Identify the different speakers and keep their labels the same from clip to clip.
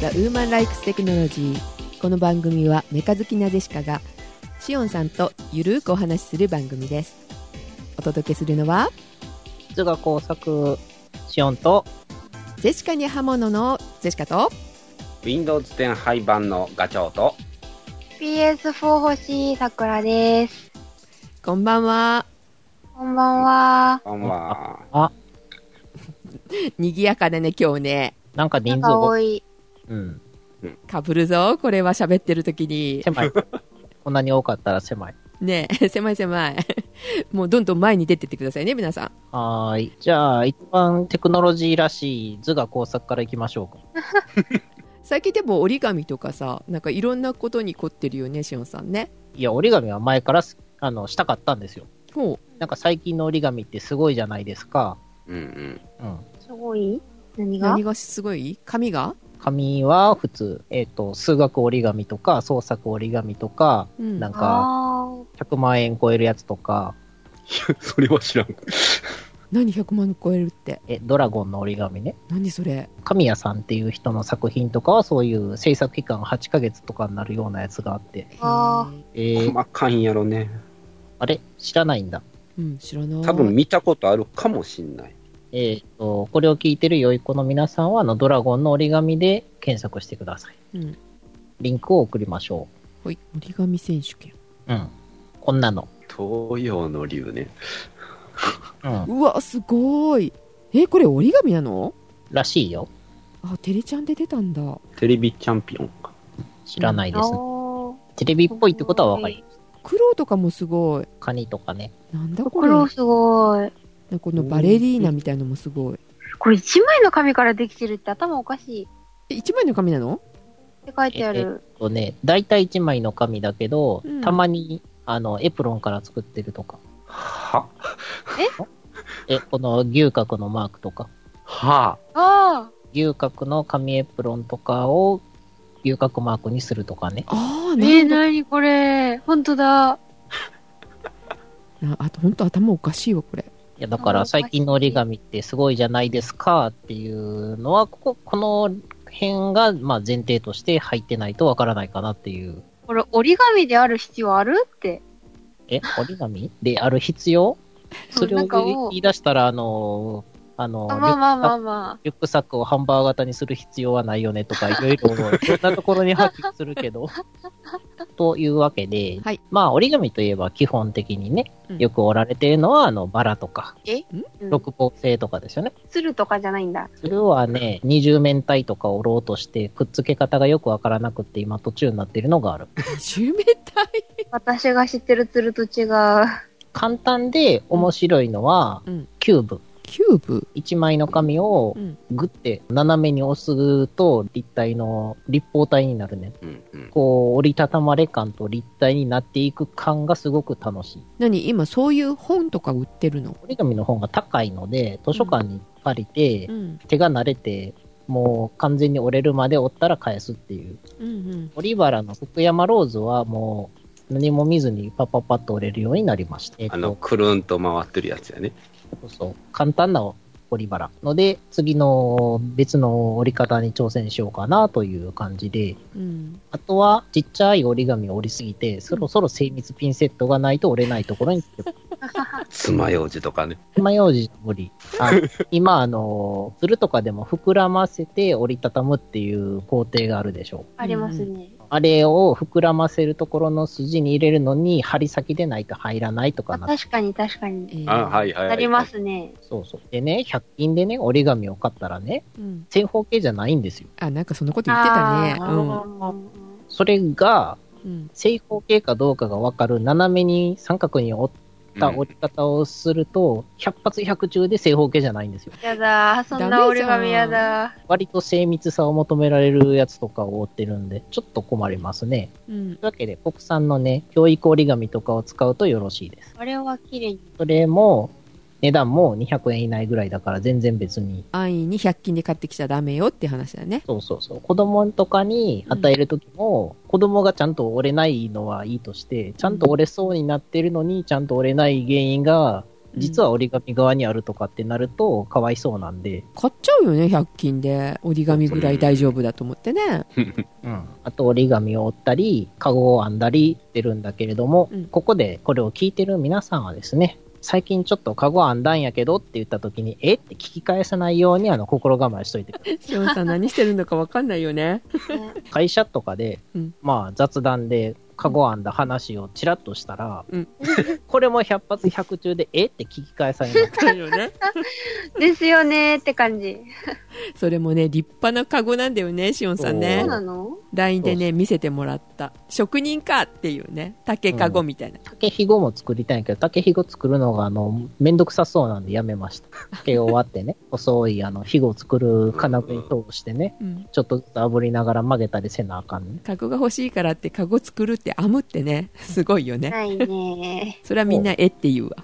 Speaker 1: The Woman Likes Technology この番組はメカ好きなジェシカがシオンさんとゆるーくお話しする番組ですお届けするのは
Speaker 2: 図画工作シオンと
Speaker 1: ジェシカに刃物のジェシカと
Speaker 3: Windows 10廃盤のガチョウと
Speaker 4: PS4 欲しいさくらです。
Speaker 1: こんばんは
Speaker 4: こんばんは。
Speaker 3: こんばんは
Speaker 1: 賑やかだね今日ね
Speaker 2: なんか人
Speaker 4: なん
Speaker 2: 数
Speaker 4: か
Speaker 2: 多
Speaker 4: 多
Speaker 2: い。
Speaker 4: い。
Speaker 2: うん。
Speaker 1: かぶるぞこれは喋ってる時に
Speaker 2: 狭い。こんなに多かったら狭い。
Speaker 1: ねえ狭い狭いもうどんどん前に出てってくださいね皆さん
Speaker 2: はーい。じゃあ、一番テクノロジーらしい図画工作からいきましょうか。
Speaker 1: 最近でも折り紙とかさなんかいろんなことに凝ってるよねしおんさんね
Speaker 2: いや、折り紙は前からすあのしたかったんですよ。
Speaker 1: ほう
Speaker 2: なんか最近の折り紙ってすごいじゃないですか。
Speaker 3: うんうん。
Speaker 2: うん。
Speaker 4: すごい何が
Speaker 1: 何がすごい紙が
Speaker 2: 紙は普通、えっ、と、数学折り紙とか、創作折り紙とか、
Speaker 1: うん
Speaker 2: なんか、
Speaker 4: あー
Speaker 2: 100万円超えるやつとか、
Speaker 3: それは知らん。
Speaker 1: 何100万超えるって
Speaker 2: え、ドラゴンの折り紙ね。
Speaker 1: 何それ
Speaker 2: 神谷さんっていう人の作品とかはそういう制作期間8ヶ月とかになるようなやつがあって。
Speaker 4: あ
Speaker 1: へえ
Speaker 2: えー、
Speaker 3: 細かいんやろね。
Speaker 2: あれ知らないんだ。
Speaker 1: うん知らない
Speaker 3: 多分見たことあるかもしんない。
Speaker 2: えっ、と、これを聞いてる良い子の皆さんは、あの、ドラゴンの折り紙で検索してください。
Speaker 1: うん
Speaker 2: リンクを送りましょ
Speaker 1: ほい折り紙選手権
Speaker 2: う。うん。こんなの。
Speaker 3: 東洋の竜ね。
Speaker 2: うん。
Speaker 1: うわすごいえこれ折り紙なの
Speaker 2: らしいよ。
Speaker 1: あテレちゃんで出たんだ
Speaker 3: テレビチャンピオンか。
Speaker 2: 知らない
Speaker 4: あ
Speaker 2: ですね。
Speaker 4: ー。
Speaker 2: テレビっぽいってことはわかります。
Speaker 1: 黒とかもすごい
Speaker 2: カニとかね。
Speaker 1: なんだこれ
Speaker 4: 黒すごい。
Speaker 1: なんかこのバレリーナみたいのもすごい
Speaker 4: これ一枚の紙からできてるって頭おかしい。っ
Speaker 1: え一枚の紙なの
Speaker 4: て書いてある。
Speaker 2: とね、大体1枚の紙だけど、
Speaker 1: うん
Speaker 2: たまに、あの、エプロンから作ってるとか。
Speaker 3: は
Speaker 2: え、この牛角のマークとか。
Speaker 3: は
Speaker 4: あ
Speaker 2: 牛角の紙エプロンとかを牛角マークにするとかね。
Speaker 1: ああ
Speaker 4: あ。
Speaker 1: な
Speaker 4: えー、
Speaker 1: んだ
Speaker 4: なにこれ。ほんとだ。
Speaker 1: なあと本当頭おかしいわこ れ
Speaker 2: いや、だから最近の折り紙ってすごいじゃないですかっていうのは、ここ、この辺が、まあ前提として入ってないとわからないかなっていう。
Speaker 4: これ折り紙である必要あるって。
Speaker 2: え、折り紙である必要それ
Speaker 4: な
Speaker 2: を
Speaker 4: んかもう
Speaker 2: 言い出したら、あの、あの、
Speaker 4: あまあまあまあ
Speaker 2: リュックリ
Speaker 4: ま
Speaker 2: ュックサックをハンバーガー型にする必要はないよねと か、いろいろ、そんなところに発揮するけど。というわけで、
Speaker 1: はい
Speaker 2: まあ折り紙といえば基本的にね
Speaker 1: う、ん
Speaker 2: よく折られているのは、あの、バラとか、
Speaker 4: あ。うん
Speaker 2: 六方星とかですよね。
Speaker 4: 鶴とかじゃないんだ。
Speaker 2: それはね、二重面体とか折ろうとして、くっつけ方がよくわからなくって、今途中になっているのがある。
Speaker 1: 中面体
Speaker 4: 私が知ってる鶴と違う。
Speaker 2: 簡単で面白いのは、
Speaker 1: うん
Speaker 2: キューブ。
Speaker 1: キューブ
Speaker 2: 一枚の紙を
Speaker 1: うん
Speaker 2: グって斜めに押すと立体の立方体になるね。
Speaker 3: ぁ。うんうん。
Speaker 2: こう折りたたまれ感と立体になっていく感がすごく楽しい。
Speaker 1: 何今そういう本とか売ってるの
Speaker 2: 折り紙の本が高いので、図書館に借りて、
Speaker 1: ん
Speaker 2: 手が慣れて、もう完全に折れるまで折ったら返すっていう。
Speaker 1: うんうん
Speaker 2: 折原の福山ローズはもう何も見ずにパッパッパッと折れるようになりました。えっ
Speaker 3: あの、
Speaker 2: と、
Speaker 3: くるんと回ってるやつやね。
Speaker 2: そうそう簡単な折り原。ので、次の別の折り方に挑戦しようかなという感じで、
Speaker 1: うん
Speaker 2: あとはちっちゃい折り紙を折りすぎて、そろそろ精密ピンセットがないと折れないところにつけば。
Speaker 3: 爪楊枝とかね。
Speaker 2: 爪楊枝の無理。 あの今、あの、鶴とかでも膨らませて折りたたむっていう工程があるでしょう。
Speaker 4: ありますね。
Speaker 2: あれを膨らませるところの筋に入れるのに、針先でないと入らないとか
Speaker 4: あ
Speaker 2: な。
Speaker 4: 確かに確かに。
Speaker 3: あはいはいはい。
Speaker 4: ありま。すね。
Speaker 2: そうそう。でね、100均でね、折り紙を買ったらね、
Speaker 1: うん
Speaker 2: 正方形じゃないんですよ。
Speaker 1: あなんかそんなこと言ってたね
Speaker 4: あー
Speaker 2: それが、
Speaker 1: うん
Speaker 2: 正方形かどうかがわかる斜めに三角に折った折り方をすると、100発100中で正方形じゃないんですよ。
Speaker 4: やだー、そんな折り紙やだ
Speaker 2: 割と精密さを求められるやつとかを折ってるんで、ちょっと困りますね。
Speaker 1: うん
Speaker 2: というわけで、国産のね、教育折り紙とかを使うとよろしいです。
Speaker 4: ー。あれは綺麗に。
Speaker 2: それも、値段も200円以内ぐらいだから全然別に。
Speaker 1: 安易に100均で買ってきちゃダメよって話だね
Speaker 2: そうそうそう。子供とかに与えるときも、子供がちゃんと折れないのはいいとして、ちゃんと折れそうになってるのに、ちゃんと折れない原因が、実は折り紙側にあるとかってなると、かわいそうなんで、
Speaker 1: 買っちゃうよね100均で折り紙ぐらい大丈夫だと思ってね
Speaker 2: うん、あと折り紙を折ったり、カゴを編んだりしてるんだけれども、
Speaker 1: うん
Speaker 2: ここでこれを聞いてる皆さんはですね、最近ちょっとカゴ編んだんやけどって言った時に、えって聞き返さないようにあの心構えしといてくだ さい。
Speaker 1: シオンさん何してるのか分かんないよね
Speaker 2: 会社とかで、
Speaker 1: うん
Speaker 2: まあ雑談でカゴ編んだ話をちらっとしたら、
Speaker 1: うん
Speaker 2: これも100発100中で、えって聞き返されます。
Speaker 1: だよ ね
Speaker 4: ですよねーって感じ。
Speaker 1: それもね立派なカゴなんだよねシオンさん
Speaker 2: え
Speaker 1: ね
Speaker 4: そうなの
Speaker 1: LINE でね見せてもらった職人かっていうね竹カゴみたいな、
Speaker 2: 竹ひごも作りたいんやけど、竹ひご作るのが、あの、めんどくさそうなんでやめました。竹を割ってね、細い、あの、ひごを作る金具に通してね、
Speaker 1: うん、
Speaker 2: ちょっとずつ炙りながら曲げたりせなあかんね。
Speaker 1: カゴが欲しいからってカゴ作るって編むってねすごいよね
Speaker 4: ないね
Speaker 1: それはみんな絵って言うわ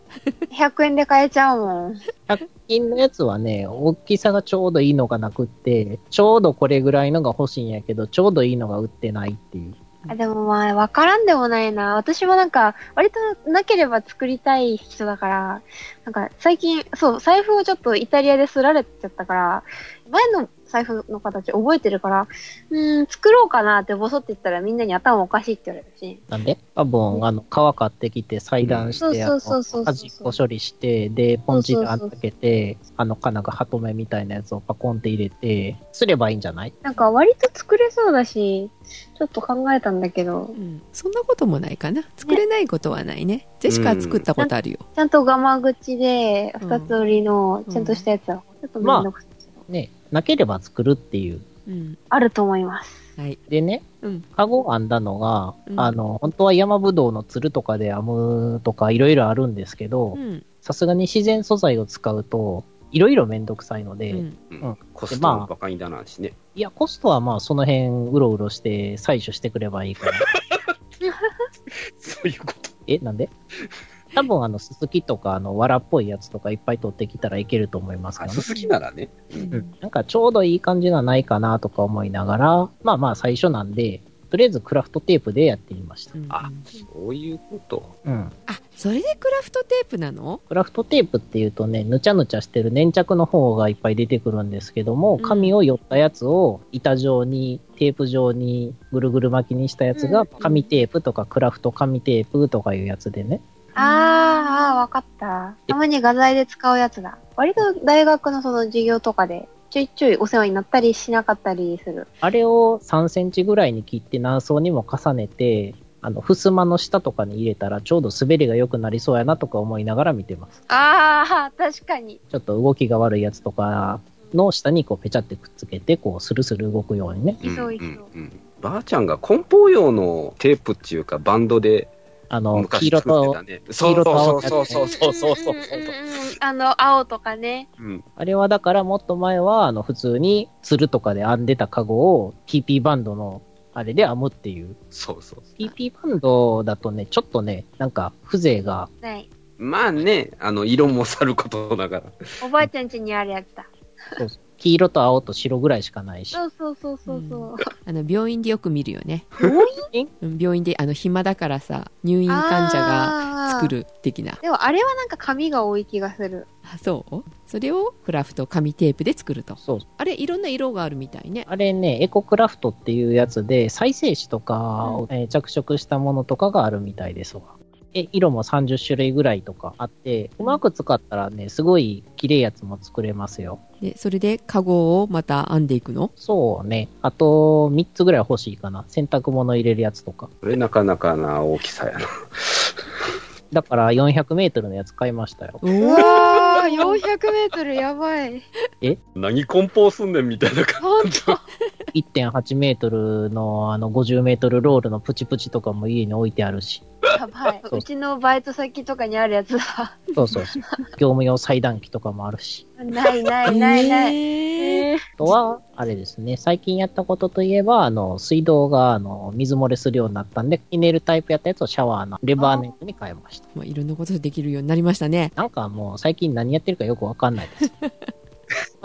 Speaker 4: ー。100円で買えちゃうもん。
Speaker 2: 100均のやつはね、大きさがちょうどいいのがなくって、ちょうどこれぐらいのが欲しいんやけど、ちょうどいいのが売ってないっていう。
Speaker 4: あでもまあ、わからんでもないな。私もなんか、割となければ作りたい人だから、なんか最近、そう、財布をちょっとイタリアですられちゃったから、前の財布の形覚えてるから、うーん、作ろうかなってボソって言ったらみんなに頭おかしいって言われるし。
Speaker 2: なんで多分、あの、皮買ってきて裁断して、
Speaker 4: そう
Speaker 2: あ
Speaker 4: そう
Speaker 2: の
Speaker 4: そうそうそう
Speaker 2: 端っこ処理して、で、ポンチで
Speaker 4: そうそうそ
Speaker 2: 当
Speaker 4: う
Speaker 2: てて、あの、かなんか鳩目みたいなやつをパコンって入れて、すればいいんじゃない
Speaker 4: なんか割と作れそうだし、ちょっと考えたんだけど
Speaker 1: う、んそんなこともないかな作れないことはないねジェシカは作ったことあるよ、
Speaker 4: ちゃんとガマ口で、
Speaker 1: うん
Speaker 4: 二つ折りの、ちゃんとしたやつは、ちょっとめんどくさいけど、
Speaker 2: ね、なければ作るっていう。
Speaker 1: うん
Speaker 4: あ、ると思います。
Speaker 1: はい
Speaker 2: でね、
Speaker 1: うん
Speaker 2: カゴ編んだのが、
Speaker 1: うん
Speaker 2: あの、本当は山ぶどうのつるとかで編むとかいろいろあるんですけど
Speaker 1: う、ん
Speaker 2: さすがに自然素材を使うと、いろいろめんどくさいので、
Speaker 1: うん
Speaker 3: うんコストもバカにだなんしね。
Speaker 2: いや、コストはまあその辺うろうろして採取してくればいいから。
Speaker 3: そういうこと。
Speaker 2: え、なんで多分あの、ススキとかあの、藁っぽいやつとかいっぱい取ってきたらいけると思いますか
Speaker 3: あ、
Speaker 2: ら
Speaker 3: す
Speaker 2: ね。
Speaker 3: すきならね。
Speaker 2: うんなんかちょうどいい感じのはないかなとか思いながら、まあまあ最初なんで、とりあえずクラフトテープでやってみました
Speaker 1: う。ん
Speaker 3: あそういうこと。
Speaker 2: うん。
Speaker 1: あそれでクラフトテープなの
Speaker 2: クラフトテープっていうとね、ぬちゃぬちゃしてる粘着の方がいっぱい出てくるんですけども、
Speaker 1: ん
Speaker 2: 紙を寄ったやつを板状に、テープ状にぐるぐる巻きにしたやつ
Speaker 4: う
Speaker 2: が、
Speaker 4: ん
Speaker 2: 紙テープとかクラフト紙テープとかいうやつでね。
Speaker 4: あー、あーわかった。たまに画材で使うやつだ。割と大学のその授業とかで、ちょいちょいお世話になったりしなかったりする。
Speaker 2: あれを3センチぐらいに切って何層にも重ねて、あの、襖の下とかに入れたらちょうど滑りが良くなりそうやなとか思いながら見てます。
Speaker 4: あー、確かに。
Speaker 2: ちょっと動きが悪いやつとかの下にこうペチャってくっつけて、こうスルスル動くようにね。
Speaker 4: いそういそう
Speaker 3: うんばあちゃんが梱包用のテープっていうかバンドで
Speaker 2: あの、黄
Speaker 3: 昔
Speaker 2: 色
Speaker 3: 作ってた
Speaker 2: と、
Speaker 3: ね。
Speaker 2: 黄
Speaker 3: そう
Speaker 2: 色と青
Speaker 3: そうそうそうそうそうそうそう。
Speaker 4: んんんんあの、青とかね。
Speaker 3: うん
Speaker 2: あれはだからもっと前は、あの、普通にツルとかで編んでたカゴを TP バンドのあれで編むっていう。
Speaker 3: そうそう。
Speaker 2: TP バンドだとね、ちょっとね、なんか風情が、
Speaker 4: ない。
Speaker 3: まあね、あの、色もさることながら。
Speaker 4: おばあちゃん家にあるやつだ。
Speaker 2: そうそう黄色と青と白ぐらいしかないし。
Speaker 4: そうそうそうそうそう。
Speaker 1: あの病院でよく見るよね
Speaker 2: 病院
Speaker 1: うん病院であの暇だからさ入院患者が
Speaker 4: が
Speaker 1: 作。る的な
Speaker 4: でもあれはなんか紙が多い気がする。
Speaker 1: あそうそれをクラフト紙テープで作ると
Speaker 2: そう。
Speaker 1: あれいろんな色があるみたいね
Speaker 2: あれね、エコクラフトっていうやつで、再生紙とかを、えー着色したものとかがあるみたいですわ。え、色も30種類ぐらいとかあって、うまく使ったらね、すごい綺麗やつも作れますよ。
Speaker 1: でそれでカゴをまた編んでいくの
Speaker 2: そうね。あと、3つぐらい欲しいかな。洗濯物入れるやつとか。
Speaker 3: これなかなかな大きさやな。
Speaker 2: だから、400メートルのやつ買いましたよ。
Speaker 1: お
Speaker 4: う
Speaker 1: ー
Speaker 4: わー、400メート ルやばい。
Speaker 3: 何梱包すんねんみたいな感
Speaker 4: ほんと。
Speaker 2: 1.8メートルの、あの、50メートルロールのプチプチとかも家に置いてあるし。
Speaker 4: やばい。うちのバイト先とかにあるやつだ。
Speaker 2: そうそうそう。業務用裁断機とかもあるし。
Speaker 4: ない ないないない。
Speaker 1: えー
Speaker 4: えー
Speaker 2: あとは、あれですね、最近やったことといえば、あの、水道が、あの、水漏れするようになったんで、ひねるタイプやったやつをシャワーのレバーネットに変えました。
Speaker 1: まあ、いろんなことできるようになりましたね
Speaker 2: なんかもう、最近何やってるかよくわかんない です。この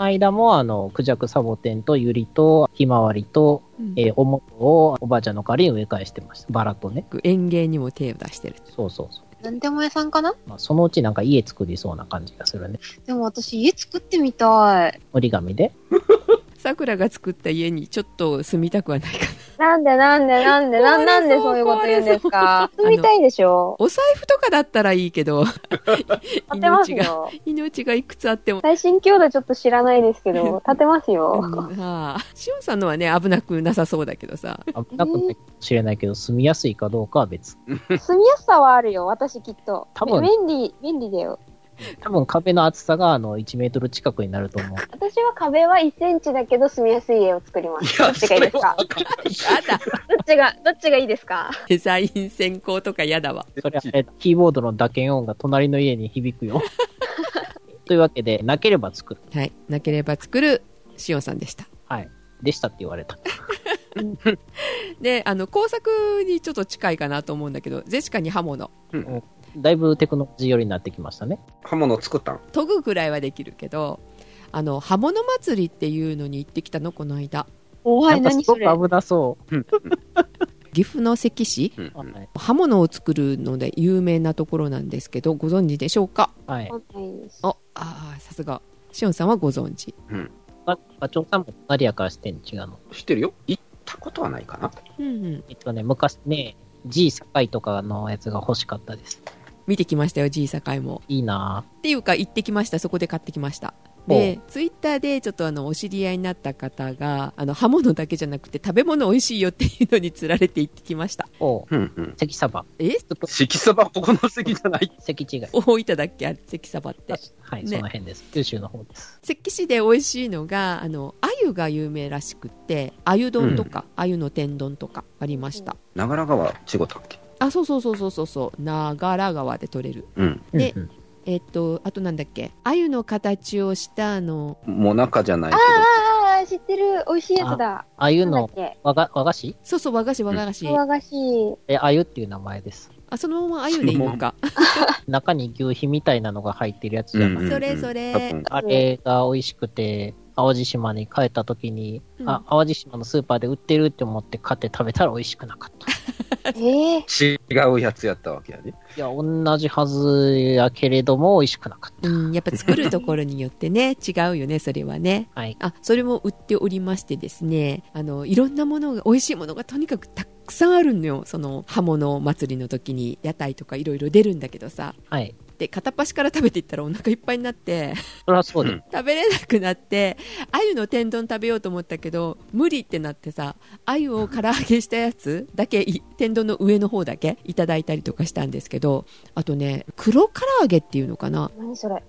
Speaker 2: 間も、あの、クジャクサボテンとユリと、ひまわりと、
Speaker 1: うん
Speaker 2: えー、おもをおばあちゃんの代わりに植え替えしてました。バラとね。
Speaker 1: 園芸にも手を出してる
Speaker 2: そうそうそう。
Speaker 4: なんでも屋さんかな
Speaker 2: まあ、そのうちなんか家作りそうな感じがするね。
Speaker 4: でも私家作ってみたい。
Speaker 2: 折り紙で。
Speaker 1: さくらが作った家にちょっと住みたくはないかな
Speaker 4: なんでなんでなんで、
Speaker 1: 壊
Speaker 4: な
Speaker 1: れそうん
Speaker 4: なんでそういうこと言うんですか
Speaker 1: 壊れそう
Speaker 4: 住みたいでしょ
Speaker 1: お財布とかだったらいいけど
Speaker 4: 建てます
Speaker 1: 命が
Speaker 4: よ。
Speaker 1: 命がいくつあっても、
Speaker 4: 最新強度ちょっと知らないですけ ど、建てますよ。
Speaker 1: うんはあ、しおんさんのはね危なくなさそうだけどさ
Speaker 2: 危なくないかもしれないけど、住みやすいかどうかは別。
Speaker 4: 住みやすさはあるよ、私きっと。
Speaker 2: 多分
Speaker 4: 便利、便利だよ。
Speaker 2: 多分壁の厚さがあの1メートル近くになると 思う。
Speaker 4: 私は壁は1センチだけど住みやすい家を作ります。どっちがいいですかどっ
Speaker 1: やだ
Speaker 4: ちが、どっちがいいですか
Speaker 1: デザイン専攻とかやだわ
Speaker 2: それはねキーボードの打鍵音が隣の家に響く よ。というわけで、なければ作る。
Speaker 1: はいなければ作るしおんさんでした
Speaker 2: でしたって言われた。
Speaker 1: であの工作にちょっと近いかなと思うんだけどゼシカに刃物
Speaker 2: だいぶテクノロジー寄りになってきましたね。
Speaker 3: 刃物作ったん
Speaker 1: 研ぐくらいはできるけどあの刃物祭りっていうのに行ってきたのこの間
Speaker 4: 怖い、
Speaker 2: なんか
Speaker 4: 何
Speaker 2: すご
Speaker 4: そ
Speaker 2: く
Speaker 4: れ。
Speaker 2: 危なそう。
Speaker 1: 岐阜の関市
Speaker 3: うんうん
Speaker 2: はい
Speaker 1: 刃物を作るので有名なところなんですけどご存知でしょうか
Speaker 2: はい。
Speaker 4: わかんないです
Speaker 1: おあーさすがしおんさんはご存知
Speaker 2: ま課長さんも隣やからしてん違うの。
Speaker 3: 知ってるよ行ったことはないかな
Speaker 1: うんうん
Speaker 2: えっとね、昔ね、G 堺とかのやつが欲しかったです。
Speaker 1: 見てきましたよ G 境も
Speaker 2: いいなぁ。
Speaker 1: っていうか行ってきましたそこで買ってきましたでツイッターでちょっとあのお知り合いになった方があの刃物だけじゃなくて食べ物美味しいよっていうのにつられて行ってきました
Speaker 2: おう、
Speaker 3: うんうん
Speaker 2: 関サバ。
Speaker 1: え
Speaker 3: 色そばここの席じゃない
Speaker 2: 関違い。
Speaker 1: 大分だっけあれ関サバって
Speaker 2: はい、
Speaker 1: ね
Speaker 2: その辺です。九州の方です。
Speaker 1: 関市で美味しいのがあの鮎が有名らしくって鮎丼とか、鮎の天丼とかありました、
Speaker 3: 長良川違ったっけ
Speaker 1: あそうそうそうそうそうそう長良川で取れる
Speaker 3: うん
Speaker 1: で
Speaker 2: うんうん
Speaker 1: えっとあとなんだっけ鮎の形をしたあの
Speaker 3: もなかじゃないけ
Speaker 4: ああ、知ってる。美味しいやつだ。
Speaker 2: ああいう
Speaker 4: なんだっ
Speaker 2: の、
Speaker 4: け
Speaker 2: 和が和菓子
Speaker 1: そうそう和菓子和菓子、
Speaker 4: 和菓子。
Speaker 2: え、あゆっていう名前です。
Speaker 1: あそのまま鮎でいいのか
Speaker 2: 中に牛皮みたいなのが入ってるやつじ
Speaker 3: ど
Speaker 2: ゃ
Speaker 3: うん
Speaker 2: な
Speaker 3: う
Speaker 2: い、
Speaker 3: んうん
Speaker 1: それそれ
Speaker 3: 多分
Speaker 2: あれが美味しくて、淡路島に帰った時に、あ、淡路島のスーパーで売ってるって思って買って食べたら美味しくなかった。
Speaker 4: ええ
Speaker 3: 違うやつやったわけやね
Speaker 2: いや、同じはずやけれども美味しくなかっ
Speaker 1: うん、うんやっぱ作るところによってね 違うよねそれはね
Speaker 2: た。はい。
Speaker 1: あそれも売っておりましてですねあのいろんなものが美味しいものがとにかくたくさんあるのよその刃物祭りの時に屋台とかいろいろ出るんだけどさ
Speaker 2: はい。
Speaker 1: で片っ端から食べていったらお腹いっぱいになって
Speaker 2: それはそうです。
Speaker 3: うん
Speaker 1: 食べれなくなって鮎の天丼食べようと思ったけど無理ってなってさ鮎を唐揚げしたやつだけい天丼の上の方だけいただいたりとかしたんですけどあとね黒唐揚げっていうのかな
Speaker 4: 何それ。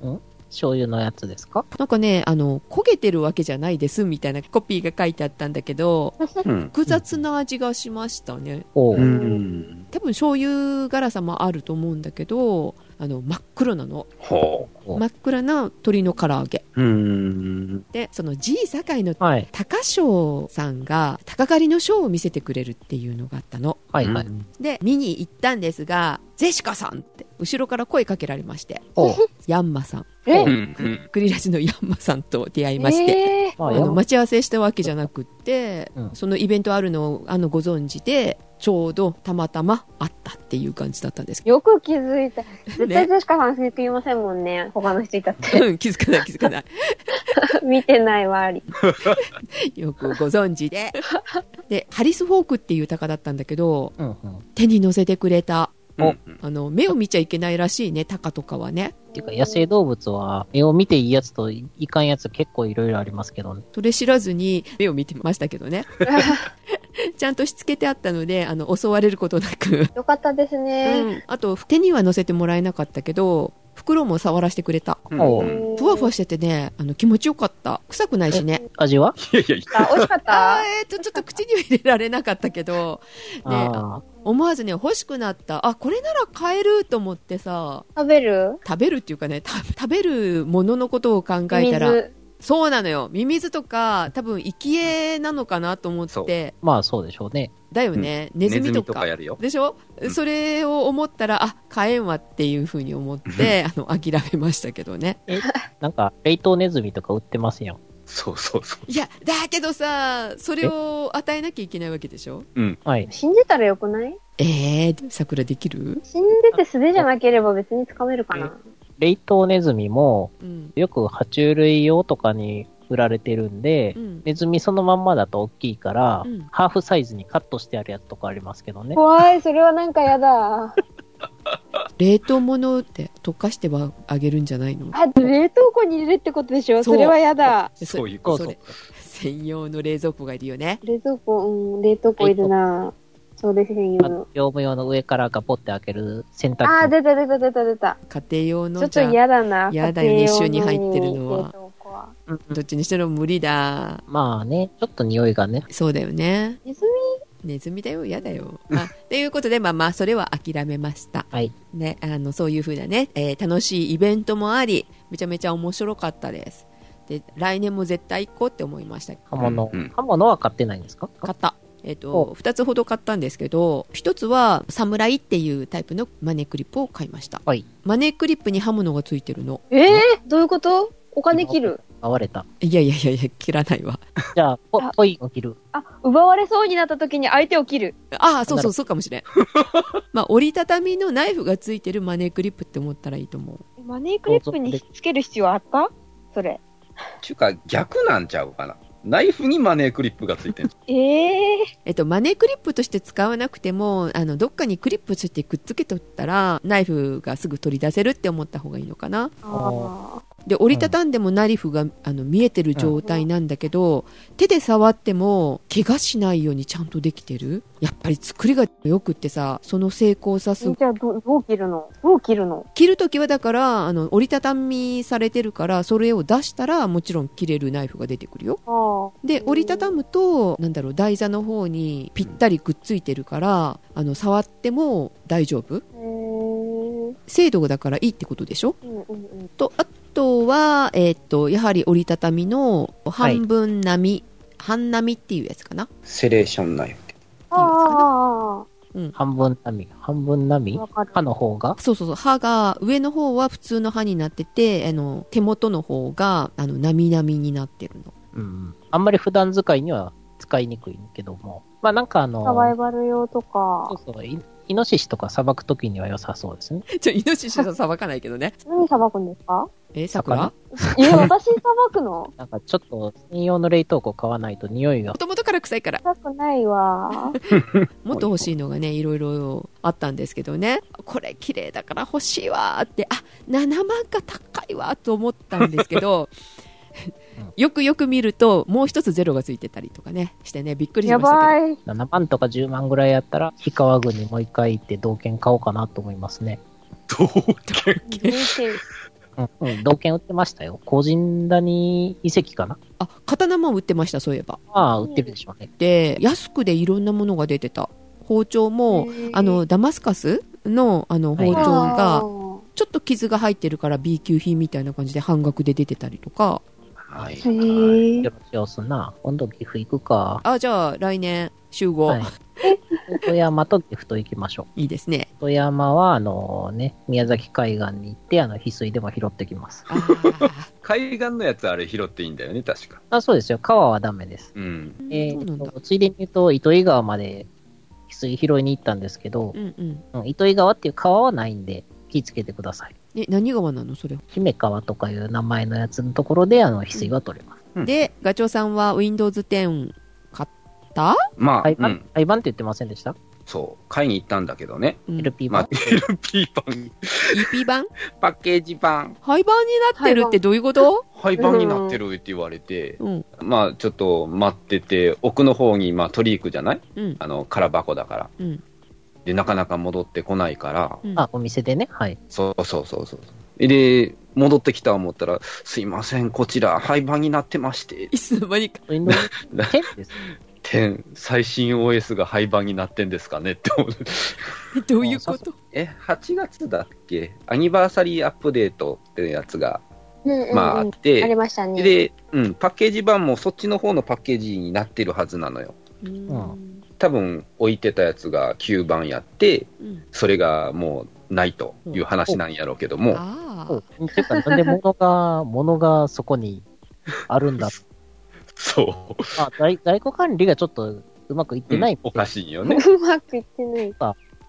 Speaker 2: 醤油のやつですか
Speaker 1: なんかね、あの、焦げてるわけじゃないですみたいなコピーが書いてあったんだけど、
Speaker 3: うん
Speaker 1: 複雑な味がしましたね。
Speaker 2: おう、
Speaker 3: うんん
Speaker 1: 多分醤油辛さもあると思うんだけど、あの、真っ黒なの。
Speaker 3: ほ
Speaker 2: お
Speaker 1: 真っ暗な鶏の唐揚げ。
Speaker 3: ううん
Speaker 1: で、その G 堺の
Speaker 2: はい。
Speaker 1: 高翔さんが、高狩りのショーを見せてくれるっていうのがあったの。
Speaker 2: はいはい。
Speaker 1: で、見に行ったんですが、ゼシカさんって、後ろから声かけられまして、
Speaker 2: おう
Speaker 1: ヤンマさん。
Speaker 4: え
Speaker 3: うんうん
Speaker 1: 栗ラジのヤンマさんと出会いまして。
Speaker 4: え
Speaker 2: まあ、
Speaker 1: あ
Speaker 2: や
Speaker 1: の
Speaker 2: ん
Speaker 1: 待ち合わせしたわけじゃなくって、
Speaker 2: うん
Speaker 1: そのイベントあるのをあのご存知でちょうどたまたま会ったっていう感じだったんです
Speaker 4: ーよく気づいた。
Speaker 1: けど
Speaker 4: 絶対
Speaker 1: ね。
Speaker 4: ジェシカさんすいませんもんね。他の人いたって。
Speaker 1: うん、 気づかない気づかない。
Speaker 4: 見てないわ、あり。
Speaker 1: よくご存知で。で、ハリス・フォークっていう鷹だったんだけど、
Speaker 2: うんうん。っ
Speaker 1: 手に乗せてくれた。
Speaker 3: うんうん
Speaker 1: あの、目を見ちゃいけないらしいね、鷹とかはね。
Speaker 2: ていうか、野生動物は、絵を見ていいやつといかんやつ結構いろいろありますけどね。
Speaker 1: それ知らずに目を見てましたけどね。 ちゃんとしつけてあったので、あの、襲われることなく。
Speaker 4: よかったですね。
Speaker 1: うんあと、手には乗せてもらえなかったけど、袋も触らせてくれた。
Speaker 3: うん
Speaker 2: おう
Speaker 3: うん
Speaker 1: ふわふわしててね、あの気持ちよかった。臭くないしね。
Speaker 2: 味はい
Speaker 3: やいやい
Speaker 4: あ、美味しか
Speaker 1: あ
Speaker 4: った。
Speaker 1: ーえーっと、ちょっと口には入れられなかったけど、
Speaker 2: あ
Speaker 1: 思わずね、欲しくなった。あ、これなら買えると思ってさ、
Speaker 4: 食べる
Speaker 1: 食べるっていうかね、た食べるもののことを考えたら、
Speaker 4: 水。
Speaker 1: そうなのよ。ミミズとか、多分、生き餌なのかなと思
Speaker 3: そ
Speaker 1: って、
Speaker 2: まあそうでしょうね。
Speaker 1: だよね、
Speaker 3: や
Speaker 1: ネズミとか。
Speaker 3: やるよ
Speaker 1: でしょ、
Speaker 3: うん
Speaker 1: それを思ったら、あ、買えんわっていうふうに思って、あの、諦めましたけどね。
Speaker 2: なんか、冷凍ネズミとか売ってますやん。
Speaker 3: そうそうそう。
Speaker 1: いやだけどさそれを与えなきゃいけないわけでしょ
Speaker 2: はい。
Speaker 4: 信じたらよくない
Speaker 1: ええー、桜できる、
Speaker 4: 死んでて素手じゃなければ別に掴めるかな。
Speaker 2: 冷凍ネズミも、
Speaker 1: うん
Speaker 2: よく爬虫類用とかに売られてるんで、
Speaker 1: うん
Speaker 2: ネズミそのまんまだと大きいから、
Speaker 1: うん
Speaker 2: ハーフサイズにカットしてあるやつとかありますけどね。
Speaker 4: 怖い、それはなんかやだ。
Speaker 1: 冷凍物って溶かしてはあげるんじゃないの
Speaker 4: あ、冷凍庫に入れるってことでしょ
Speaker 1: そう
Speaker 4: それはやだ。
Speaker 3: そういう
Speaker 2: そ
Speaker 3: こ
Speaker 2: う
Speaker 1: そ
Speaker 2: そ
Speaker 1: れ
Speaker 2: う。
Speaker 1: 専用の冷蔵庫がいるよね
Speaker 4: 冷蔵庫、うん、冷凍庫いるなそうですね、
Speaker 2: あ
Speaker 4: 今
Speaker 2: の業務用の上からガポって開ける洗
Speaker 4: あ
Speaker 2: 濯
Speaker 4: ー、
Speaker 2: 機。
Speaker 4: 出た出た出た出た。
Speaker 1: 家庭用
Speaker 4: ちょ
Speaker 1: の
Speaker 4: っ
Speaker 1: じ
Speaker 4: と
Speaker 1: ゃあ
Speaker 4: 嫌だな。
Speaker 1: 嫌だよね
Speaker 4: 家庭用
Speaker 1: 一緒に入ってるのは
Speaker 4: 冷凍庫は
Speaker 1: どっちにしても無理だ
Speaker 2: まあね、ちょっと匂いがね。
Speaker 1: そうだよね
Speaker 4: ネズミ
Speaker 1: ネズミだよ嫌だよまあということでまあまあそれは諦めました
Speaker 2: はい。
Speaker 1: ね、あのそういう風なね、えー楽しいイベントもありめちゃめちゃ面白かったですで来年も絶対行こうって思いました
Speaker 2: 刃物。
Speaker 3: うんうん
Speaker 2: 刃物は買ってないんですか
Speaker 1: 買った、えっと
Speaker 2: お
Speaker 1: 2つほど買ったんですけど1つは侍っていうタイプのマネークリップを買いました
Speaker 2: はい。
Speaker 1: マネークリップに刃物がついてるの
Speaker 4: えー、どういうことお金切る
Speaker 2: 買われた。
Speaker 1: いやいやいやいや切らないわ
Speaker 2: じゃあ、ぽ
Speaker 4: あ、
Speaker 2: ぽいを切る。
Speaker 4: あ、奪われそうになった時に相手を切る。
Speaker 1: ああそう
Speaker 2: な
Speaker 1: そ
Speaker 2: る
Speaker 1: うそうかもしれん まあ折りたたみのナイフがついてるマネークリップって思ったらいいと思う
Speaker 4: マネークリップにつける必要あったそれ。
Speaker 3: ちゅうか、逆なんちゃうかな。ナイフにマネークリップがついてる。
Speaker 4: ええ
Speaker 1: えっと、マネークリップとして使わなくてもあのどっかにクリップとしてくっつけとったらナイフがすぐ取り出せるって思った方がいいのかな
Speaker 4: ー。あ
Speaker 1: で折りたたんでもナイフがあの見えてる状態なんだけど手で触っても怪我しないようにちゃんとできてるやっぱり作りがよくってさその成功さす
Speaker 4: ー。じゃあど、どう切るのどう切るの
Speaker 1: 切るときはだからあの折りたたみされてるからそれを出したらもちろん切れるナイフが出てくるよ
Speaker 4: ああ。
Speaker 1: で折りたた
Speaker 4: む。
Speaker 1: むとなんだろう台座の方にぴったりくっついてるからあの触っても大丈夫
Speaker 4: えー。
Speaker 1: 精度がだからいいってことでしょ
Speaker 4: うんうんうん。
Speaker 1: とあとは、えーっとやはり折りたたみの半分波、半波っていうやつかな
Speaker 3: セレーションナイフ。
Speaker 4: ああ
Speaker 2: 半分波。半分
Speaker 4: ああ、
Speaker 2: 波
Speaker 4: わかる。
Speaker 2: 歯の方が
Speaker 1: そうそうそう歯が上の方は普通の歯になっててあの手元の方があの波々になってるの
Speaker 2: うん。あんまり普段使いには使いにくいけども。まあなんかあの、
Speaker 4: サバイバル用
Speaker 2: そ
Speaker 4: とか
Speaker 2: う。そう、イイノシシとかさばくときには良さそうですね。
Speaker 1: ちょイノシシはさばかないけどね
Speaker 4: 何さばくんです か
Speaker 1: えさくら
Speaker 4: え、私さばくの
Speaker 2: なんかちょっと専用の冷凍庫買わないと匂いが
Speaker 1: も。ともとから臭いから
Speaker 4: したくないわ。
Speaker 1: もっと欲しいのがね、いろいろあったんですけどね、これ綺麗だから欲しいわーって、あ7万が高いわーと思ったんですけど
Speaker 2: うん、
Speaker 1: よくよく見ると、もう一つゼロがついてたりとかね、してね、びっくりし
Speaker 4: や
Speaker 1: ましたけど。
Speaker 4: ば い。
Speaker 2: 7万とか10万ぐらいやったら、氷川郡にもう一回行って道券買おうかなと思いますね。
Speaker 3: どうけ
Speaker 4: 人生
Speaker 2: うん、うん、道券売ってましたよ。個人谷遺跡かな
Speaker 1: あ、刀も売ってました、そういえば。
Speaker 2: まあ、売ってるでしょうね。
Speaker 1: で、安くでいろんなものが出てた。包丁も、あの、ダマスカスの、あの、
Speaker 2: はい
Speaker 1: 包丁
Speaker 4: あ
Speaker 1: が、
Speaker 4: ー
Speaker 1: ちょっと傷が入ってるから B 級品みたいな感じで半額で出てたりとか、
Speaker 3: はい。
Speaker 4: へー
Speaker 2: よろしおすな。今度岐阜行くか。
Speaker 1: あ、じゃあ来年集合。
Speaker 2: はい
Speaker 1: い、。
Speaker 2: 富山と岐阜と行きましょ
Speaker 1: いですね。
Speaker 2: う。富山は、あのね、宮崎海岸に行って、あの、翡翠でも拾ってきます。
Speaker 1: あー
Speaker 3: 海岸のやつあれ拾っていいんだよね、確か。
Speaker 2: あ、そうですよ。川はダメです。
Speaker 3: うん。
Speaker 2: え
Speaker 1: そうなんだ
Speaker 2: ー、とついでに言うと、糸魚川まで翡翠拾いに行ったんですけど
Speaker 1: う、んうん。
Speaker 2: うん糸魚川っていう川はないんで、気ぃつけてください。
Speaker 1: え、何川なのそれ。
Speaker 2: 姫川とかいう名前のやつのところで、あの、翡翠は取れます。
Speaker 3: うん
Speaker 1: で、ガチョウさんは Windows 10買った、
Speaker 3: まあ、
Speaker 2: 廃
Speaker 3: う
Speaker 2: 盤
Speaker 3: ん。
Speaker 2: 廃盤って言ってませんでした
Speaker 3: そう。買いに行ったんだけどね。
Speaker 1: うん、EP
Speaker 2: ?LP
Speaker 3: まあ
Speaker 2: 版、。
Speaker 3: LP 版、
Speaker 1: 版
Speaker 3: パッケージ版、
Speaker 1: 廃盤になってるってどういうこと
Speaker 3: 廃盤になってるって言われて、
Speaker 1: うん。
Speaker 3: まあ、ちょっと待ってて、奥の方に、まあ、取り行くじゃない
Speaker 1: うん。
Speaker 3: あの、空箱だから。
Speaker 1: うん。
Speaker 3: で、なかなか戻ってこないから、
Speaker 1: うん。
Speaker 2: あ、お店でね。はい。
Speaker 3: そうそうそうそう。で、戻ってきた思ったら、すいません、こちら、廃盤になってまして、
Speaker 1: いつの間にか。
Speaker 2: Windows 10です。
Speaker 3: 点、最新 OS が廃盤になってんですかねって思う。
Speaker 1: どういうこと
Speaker 3: え、8月だっけアニバーサリーアップデートってやつが、
Speaker 4: うんうんうん
Speaker 3: まあ、あっ
Speaker 4: あり
Speaker 3: て、
Speaker 4: ましたね。
Speaker 3: で、うん、パッケージ版もそっちの方のパッケージになってるはずなのよ。
Speaker 1: うん
Speaker 2: う
Speaker 3: 多分、置いてたやつが9番やって、
Speaker 1: うん
Speaker 3: それがもうないという話なんやろうけども、
Speaker 1: あ
Speaker 2: そう
Speaker 1: あ。
Speaker 2: っていうか、なんで物が、物がそこにあるんだっ
Speaker 3: そう。
Speaker 2: まあ、在在庫管理がちょっとうまくいってない、
Speaker 3: おかしいよね。
Speaker 4: うまくいってない。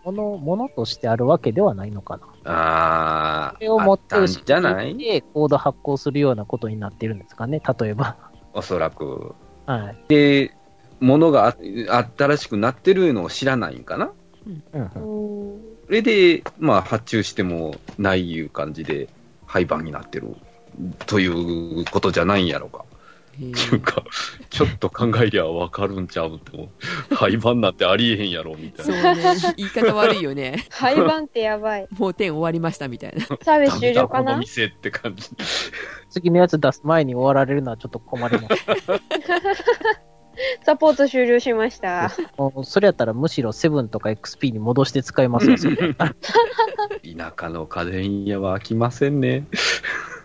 Speaker 2: もの、ものとしてあるわけではないのかな。
Speaker 3: ああ。
Speaker 2: それを持って
Speaker 3: あったん
Speaker 2: る
Speaker 3: じゃない
Speaker 2: で、コード発行するようなことになってるんですかね、例えば。
Speaker 3: おそらく。
Speaker 2: はい。
Speaker 3: で、ものがああったらしくなってるのを知らないんかな
Speaker 2: うんう
Speaker 4: うんん。
Speaker 3: それで、まあ、発注してもないいう感じで、廃盤になってるということじゃないんやろうか。
Speaker 1: へえ
Speaker 3: っていうか、ちょっと考えりゃわかるんちゃうって思う。廃盤なんてありえへんやろ、みたい
Speaker 1: そう
Speaker 3: な。
Speaker 1: ね、言い方悪いよね。
Speaker 4: 廃盤ってやばい。
Speaker 1: もう点終わりましたみたいな。
Speaker 4: サービス
Speaker 3: ダメ
Speaker 4: 終
Speaker 3: だ
Speaker 4: 了
Speaker 3: こ
Speaker 4: か
Speaker 3: の
Speaker 4: な
Speaker 3: 店って感じ。
Speaker 2: 次のやつ出す前に終わられるのはちょっと困ります。
Speaker 4: サポート終了しました。
Speaker 2: もうそれやったらむしろセブンとか XP に戻して使いますよ、それ
Speaker 3: 田舎の家電屋は飽きませんね。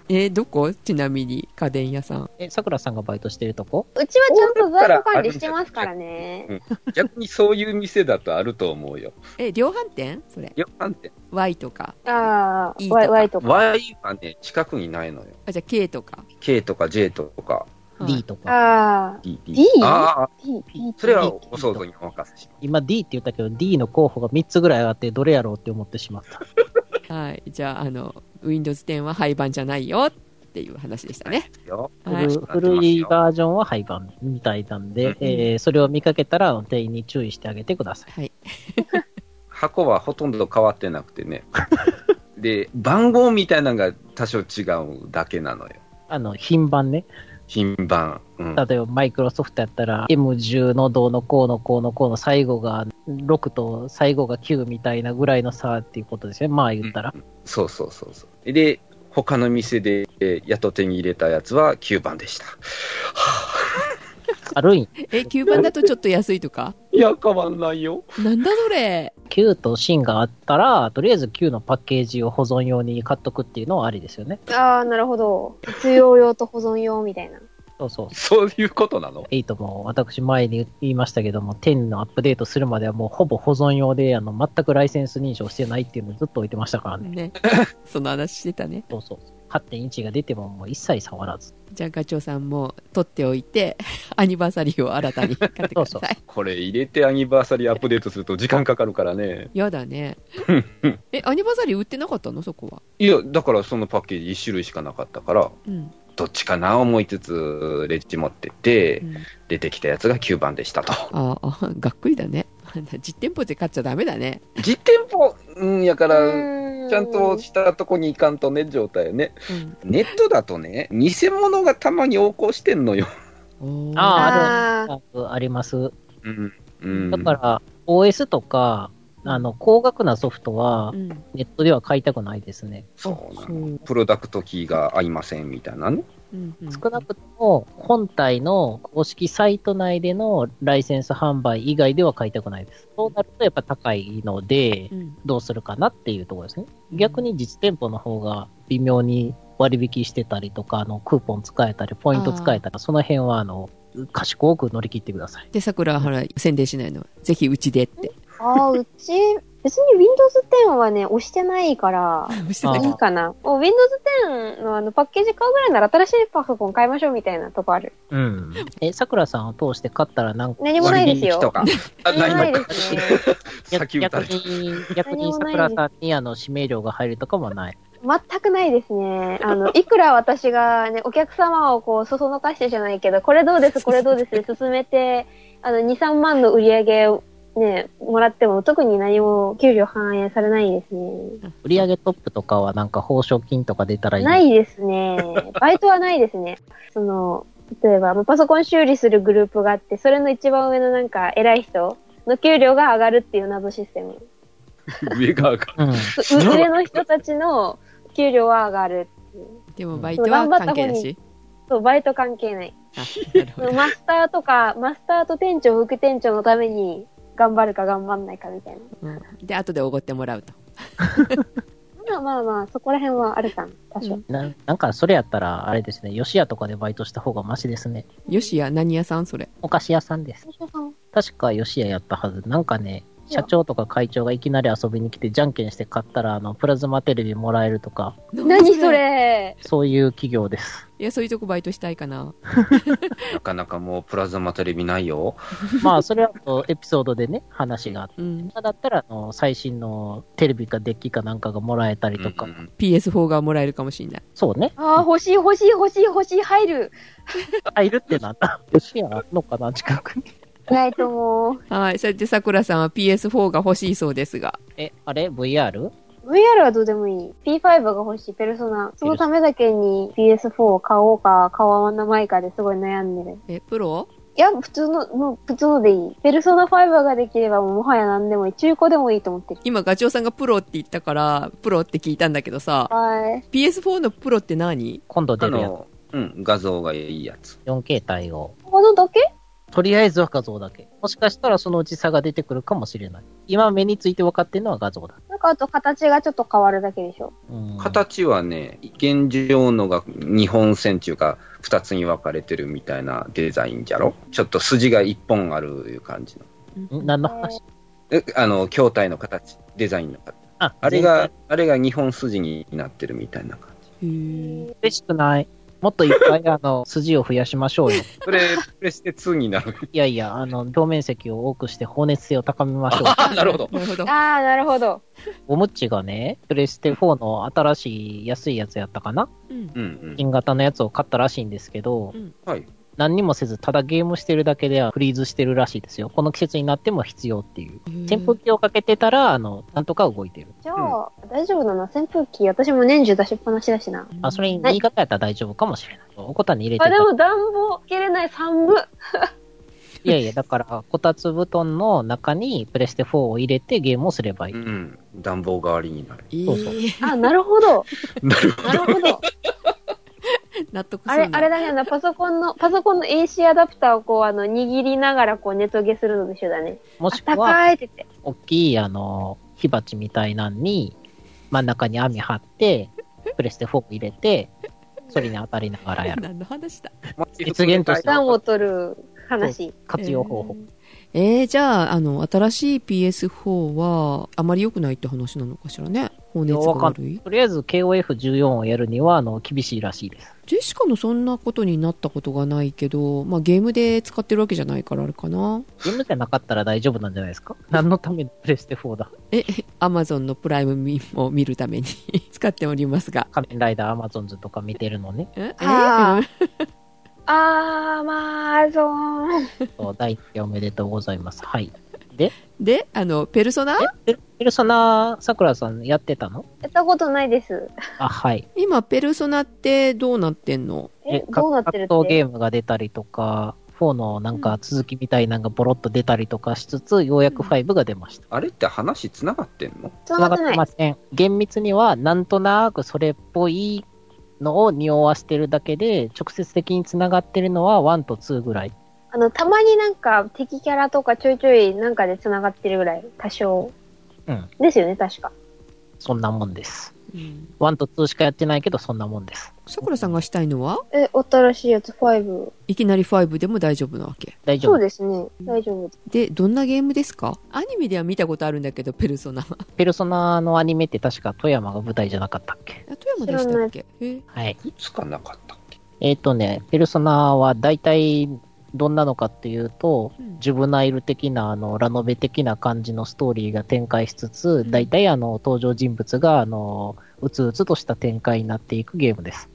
Speaker 1: えーどこちなみに家電屋さん。
Speaker 2: え、桜さんがバイトしてるとこ
Speaker 4: うちはちゃんと在庫管理してますからね。
Speaker 3: 逆にそういう店だとあると思うよ。
Speaker 1: え、量販店それ。
Speaker 3: 量販店。
Speaker 1: Y とか。
Speaker 4: ああ
Speaker 1: いい、とか
Speaker 4: Y, y とか。
Speaker 3: Y はね、近くにないのよ。
Speaker 1: あ、じゃあ K とか。
Speaker 3: K とか J とか
Speaker 1: はい
Speaker 2: D とか。
Speaker 4: ああ、
Speaker 3: D。
Speaker 4: D？
Speaker 3: ああ、
Speaker 4: いい、いい。
Speaker 3: それはお想像にお任せしま
Speaker 2: 今 D って言ったけど D の候補が3つぐらいあってどれやろうって思ってしまった。
Speaker 1: はい。じゃあ、あの、Windows 10は廃盤じゃないよっていう話でしたね。
Speaker 3: すよ。
Speaker 1: はい
Speaker 2: 古古いバージョンは廃盤みたいなんで、
Speaker 3: うん
Speaker 2: えーそれを見かけたら店員に注意してあげてください。
Speaker 1: はい。
Speaker 3: 箱はほとんど変わってなくてね。で、番号みたいなのが多少違うだけなのよ。
Speaker 2: あの、品番ね。
Speaker 3: 品番。うん。
Speaker 2: 例えばマイクロソフトやったら M10 のどうのこうのこうのこうの最後が6と最後が9みたいなぐらいの差っていうことですね。まあ言ったら。
Speaker 3: そうそうそうそう。で、他の店でえーやっと手に入れたやつは9番でした。
Speaker 2: 軽い。
Speaker 1: え、9番だとちょっと安いとか
Speaker 3: いや、変わんないよ。
Speaker 1: なんだそれ。
Speaker 2: 9と芯があったら、とりあえず9のパッケージを保存用に買っとくっていうのはありですよね。
Speaker 4: ああ、なるほど。活用用と保存用みたいな。
Speaker 2: そうそう。
Speaker 3: そういうことなの
Speaker 2: 8も私前に言いましたけども、10のアップデートするまではもうほぼ保存用で、あの、全くライセンス認証してないっていうのをずっと置いてましたからね。
Speaker 1: ね。その話してたね。
Speaker 2: そうそう。8.1が出てももう一切触らず。
Speaker 1: じゃあ、ガチョウさんも取っておいて、 アニバーサリーを新たに買ってくだ
Speaker 2: そう
Speaker 1: さい。
Speaker 3: これ入れてアニバーサリーアップデートすると時間かかるからね。
Speaker 1: やだ ね。え、アニバーサリー売ってなかったのそこは。
Speaker 3: いや、だからそのパッケージ1種類しかなかったから、
Speaker 1: うん。
Speaker 3: どっちかな思いつつ、レッジ持ってって
Speaker 1: う、ん、
Speaker 3: 出てきたやつが9番でしたと。
Speaker 1: ああ、がっくりだね。実店舗で買っちゃダメだね。
Speaker 3: 実店舗、うん、やから、
Speaker 4: う
Speaker 3: ちゃんとしたとこに行かんとね、状態よね。
Speaker 1: うん
Speaker 3: ネットだとね、偽物がたまに横行してんのよ。
Speaker 1: おー
Speaker 2: あ
Speaker 4: あ
Speaker 2: あるあります。
Speaker 3: うん。うん、
Speaker 2: だから、OS とか、あの、高額なソフトは
Speaker 1: う、ん
Speaker 2: ネットでは買いたくないですね。
Speaker 3: そうな
Speaker 1: そ
Speaker 3: の
Speaker 1: う
Speaker 3: プロダクトキーが合いませんみたいなね。
Speaker 1: うんうん
Speaker 2: 少なくとも、本体の公式サイト内でのライセンス販売以外では買いたくないです。そうなるとやっぱ高いので
Speaker 1: う、ん
Speaker 2: どうするかなっていうところですね。逆に実店舗の方が微妙に割引してたりとか、あの、クーポン使えたり、ポイント使えたり、その辺は、あの、賢く乗り切ってください。
Speaker 1: で、桜はほら、宣伝しないの。ぜひうちでって。
Speaker 4: ああ、うち、別に Windows 10はね、押してないから、
Speaker 1: して
Speaker 2: あ
Speaker 1: な
Speaker 2: ー
Speaker 1: い
Speaker 4: いいかな。もう Windows 10のあのパッケージ買うぐらいなら新しいパソコン買いましょうみたいなとこある。
Speaker 2: うん。え、桜さんを通して買ったらなんか、
Speaker 4: 何もないですよ。
Speaker 3: 割引とか。あ、な
Speaker 4: 何
Speaker 3: い
Speaker 4: もない
Speaker 3: のか。
Speaker 4: ですね。
Speaker 3: 先打
Speaker 2: 逆
Speaker 3: たれた。
Speaker 2: に、逆に桜さんにあの、指名料が入るとかもない。
Speaker 4: 全くないですね。あの、いくら私がね、お客様をこう、そそのかしてじゃないけど、これどうです、これどうです、進めて、あの、2、3万の売り上げをね、もらっても、特に何も給料反映されないですね。
Speaker 2: 売上トップとかはなんか報奨金とか出たらいい。
Speaker 4: ないですね。バイトはないですね。その、例えば、まあパソコン修理するグループがあって、それの一番上のなんか、偉い人の給料が上がるっていう謎システム。
Speaker 3: 上が上がる。
Speaker 2: うん。
Speaker 4: う上の人たちの給料は上がる。
Speaker 1: でも、バイトは関係だし。
Speaker 4: そう、バイト関係ない。
Speaker 1: あなるほど。
Speaker 4: マスターとか、マスターと店長、副店長のために頑張るか頑張んないかみたいな。
Speaker 1: うんで、後でおごってもらうと。
Speaker 4: まあまあまあ、そこら辺はあるかな、多少。
Speaker 1: うん
Speaker 2: ななんか、それやったら、あれですね、吉屋とかでバイトした方がマシですね。
Speaker 1: よしや、何屋さんそ れ。
Speaker 2: お菓子屋さんです。確か吉屋やったはず。なんかね、社長とか会長がいきなり遊びに来て、じゃんけんして買ったら、あの、プラズマテレビもらえるとか、
Speaker 4: 何それ
Speaker 2: そういう企業です。
Speaker 1: いやそういうとこバイトしたいかな
Speaker 3: なかなかもうプラズマテレビないよ。
Speaker 2: まあ、それはあとエピソードでね、話があって。
Speaker 1: うん
Speaker 2: 今だったら、あの、最新のテレビかデッキかなんかがもらえたりとか。
Speaker 3: うんうん
Speaker 1: PS4 がもらえるかもしれない
Speaker 2: そうね。
Speaker 4: ああ、欲しい欲しい欲しい欲しい入る。
Speaker 2: あ、いるってなん だ。ロシアあるのかな、近くに。
Speaker 4: ないと思
Speaker 1: はいそれでさくらさんは PS4 が欲しいそうですが
Speaker 2: え、あれ ?VR?
Speaker 4: う。VR はどうでもいい。P5 が欲しい、ペルソナ。そのためだけに PS4 を買おうか、買わないかですごい悩んでる。
Speaker 1: えプロ
Speaker 4: いや、普通の、もう普通のでいい。ペルソナ5ができればもうもはや何でもいい。中古でもいいと思ってる。
Speaker 1: 今ガチョウさんがプロって言ったからプロって聞いたんだけどさ
Speaker 4: はい。
Speaker 1: PS4 のプロって何
Speaker 2: 今度
Speaker 3: あ
Speaker 2: 出るやつ。
Speaker 3: の、うん、画像がいいやつ。
Speaker 2: 4K 対応。
Speaker 4: このだけ
Speaker 2: とりあえずは画像だけ。もしかしたらそのうち差が出てくるかもしれない。今目について分かってるのは画像だ。
Speaker 4: なんかあと形がちょっと変わるだけでしょ。
Speaker 2: うん
Speaker 3: 形はね、現状のが2本線っていうか、2つに分かれてるみたいなデザインじゃろちょっと筋が1本あるいう感じの。
Speaker 2: ん何の話
Speaker 3: えあの、筐体の形、デザインの形。
Speaker 2: あ、
Speaker 3: あれが、あれが2本筋になってるみたいな感じ。
Speaker 1: へー
Speaker 2: 嬉しくない。もっといっぱいあの、 筋を増やしましょうよ。
Speaker 3: それ、 プレステ2になる。
Speaker 2: いやいや、あの、表面積を多くして放熱性を高めましょう。
Speaker 3: あ、なるほど。
Speaker 1: なるほど
Speaker 4: ああ、なるほど。
Speaker 2: ゴムッチがね、プレステ4の新しい安いやつやったかな
Speaker 1: うん
Speaker 3: うんうん。
Speaker 2: 新型のやつを買ったらしいんですけど、
Speaker 3: はい。
Speaker 2: 何にもせずただゲームしてるだけではフリーズしてるらしいですよ。この季節になっても必要っていう。
Speaker 1: へー
Speaker 2: 扇風機をかけてたら、あの、なんとか動いてる。
Speaker 4: じゃあ、大丈夫だな。扇風機、私も年中出しっぱなしだしな。
Speaker 2: あ、それに
Speaker 4: はい
Speaker 2: 新潟やったら大丈夫かもしれない。おこたに入れて
Speaker 4: あ、
Speaker 2: た
Speaker 4: で。も暖房つけれない寒っ。
Speaker 2: いやいや、だから、こたつ布団の中にプレステ4を入れてゲームをすればいい。
Speaker 3: うん。暖房代わり になる。
Speaker 1: えー
Speaker 2: そうそう
Speaker 4: あ、なるほ ど。
Speaker 3: なるほ
Speaker 4: なるほど。
Speaker 1: 納得す
Speaker 4: あ
Speaker 1: る
Speaker 4: れ、あれだね、あの、パソコンの、パソコンの AC アダプターをこう、あの、握りながらこう、ネトゲするのと一緒だね。
Speaker 2: も
Speaker 4: あっ
Speaker 2: したくは、
Speaker 4: かいって言って。
Speaker 2: 大きい、あの、火鉢みたいなんに、真ん中に網張って、プレステ4を入れて、それに当たりながらや る。
Speaker 1: 何の話だ
Speaker 3: ど。
Speaker 2: 実現として
Speaker 4: 暖を取る話。
Speaker 2: 活用方法。
Speaker 1: えーえーじゃああの新しい PS4 はあまり良くないって話なのかしらね放熱が悪い
Speaker 2: とりあえず KOF14 をやるには、あの、厳しいらしいです。
Speaker 1: ジェシカのそんなことになったことがないけど、まあ、ゲームで使ってるわけじゃないからあれかな
Speaker 2: ゲームじゃなかったら大丈夫なんじゃない ですか何のためにプレステ4だ
Speaker 1: アマゾンのプライムミを見るために 使っておりますが
Speaker 2: 仮面ライダーアマゾンズとか見てるの ね。
Speaker 1: え
Speaker 4: あ
Speaker 1: ー
Speaker 4: あー、まあ、そう。
Speaker 2: そう第一期おめでとうございます。はい。
Speaker 1: であのペルソナ
Speaker 2: え、ペルソナ、さくらさんやってたの
Speaker 4: やったことないです。
Speaker 2: あ、はい。
Speaker 1: 今ペルソナってどうなってんの
Speaker 4: え、
Speaker 2: か
Speaker 4: どうなってるって。
Speaker 2: 格闘ゲームが出たりとか、4のなんか続きみたいなのがボロッと出たりとかしつつ、ようやく5が出ました。
Speaker 3: あれって話つながってんの
Speaker 4: そうなって
Speaker 2: 繋
Speaker 4: ない
Speaker 2: ま。せん。厳密には、なんとなくそれっぽいのを匂わしてるだけで、直接的に繋がってるのは1と2ぐらい。
Speaker 4: あの、たまになんか敵キャラとかちょいちょいなんかで繋がってるぐらい、多少。
Speaker 2: うん。
Speaker 4: ですよね、確か。
Speaker 2: そんなもんです。
Speaker 1: うん
Speaker 2: 1と2しかやってないけど、そんなもんです。
Speaker 1: さくらさんがしたいのは
Speaker 4: え、新しいやつ5。
Speaker 1: いきなり5でも大丈夫なわけ
Speaker 2: 大丈
Speaker 4: そう
Speaker 2: 夫。
Speaker 4: ですね。大丈夫。
Speaker 1: でどんなゲームですかアニメでは見たことあるんだけどペルソナ
Speaker 2: ペルソナのアニメって確か富山が舞台じゃなかったっけ
Speaker 1: あ富山でしたっけえ
Speaker 2: はい。
Speaker 3: いつかなかったっけ
Speaker 2: えっ、とね、ペルソナは大体どんなのかっていうと、
Speaker 1: うん
Speaker 2: ジュブナイル的な、あの、ラノベ的な感じのストーリーが展開しつつ、
Speaker 1: ん
Speaker 2: 大体あの、登場人物が、あの、うつうつとした展開になっていくゲームです。